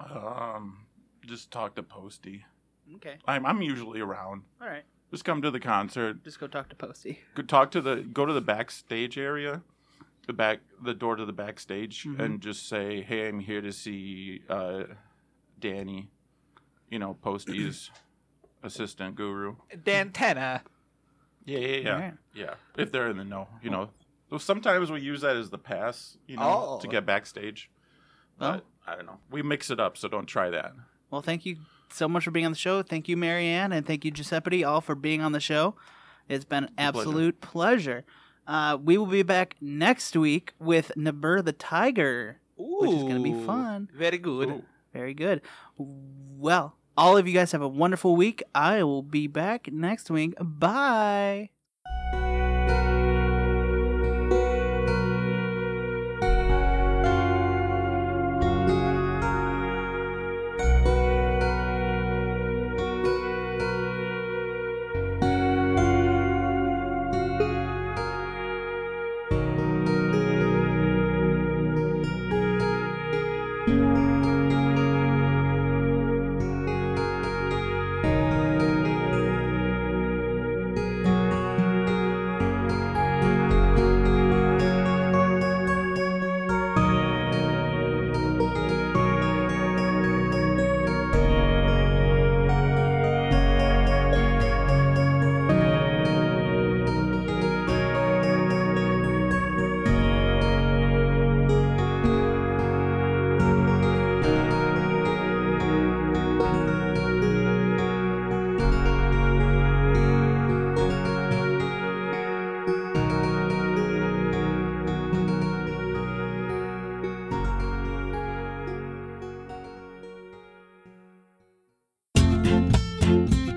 [SPEAKER 5] um, just talk to Posty.
[SPEAKER 2] Okay.
[SPEAKER 5] I'm I'm usually around.
[SPEAKER 2] All right.
[SPEAKER 5] Just come to the concert.
[SPEAKER 2] Just go talk to Posty.
[SPEAKER 5] Go talk to the go to the backstage area, the back the door to the backstage,
[SPEAKER 2] Mhm.
[SPEAKER 5] and just say, "Hey, I'm here to see uh, Danny, [CLEARS THROAT] you know, Posty's assistant guru."
[SPEAKER 4] Dantana.
[SPEAKER 5] Yeah, yeah, Oh. yeah.
[SPEAKER 2] Alright.
[SPEAKER 5] Yeah. If they're in the know, you know. So sometimes we use that as the pass, you know,
[SPEAKER 2] Oh.
[SPEAKER 5] to get backstage.
[SPEAKER 2] Well.
[SPEAKER 5] But I don't know. We mix it up, so don't try that.
[SPEAKER 2] Well, thank you so much for being on the show. Thank you, Marianne, and thank you, Giuseppe, all for being on the show. It's been an absolute pleasure. Uh, we will be back next week with Nabur the Tiger. Which is gonna be
[SPEAKER 4] Ooh,
[SPEAKER 2] fun.
[SPEAKER 4] Very good.
[SPEAKER 5] Ooh.
[SPEAKER 2] Very good. Well, all of you guys have a wonderful week. I will be back next week. Bye.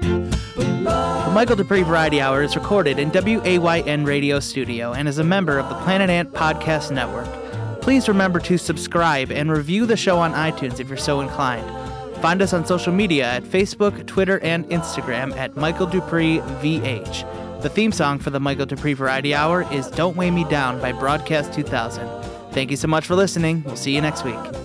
[SPEAKER 2] The Michael Dupree Variety Hour is recorded in WAYN Radio Studio and is a member of the Planet Ant Podcast Network. Please remember to subscribe and review the show on iTunes if you're so inclined. Find us on social media at Facebook, Twitter, and Instagram at Michael Dupree VH. The theme song for the Michael Dupree Variety Hour is Don't Weigh Me Down by Broadcast 2000. Thank you so much for listening. We'll see you next week.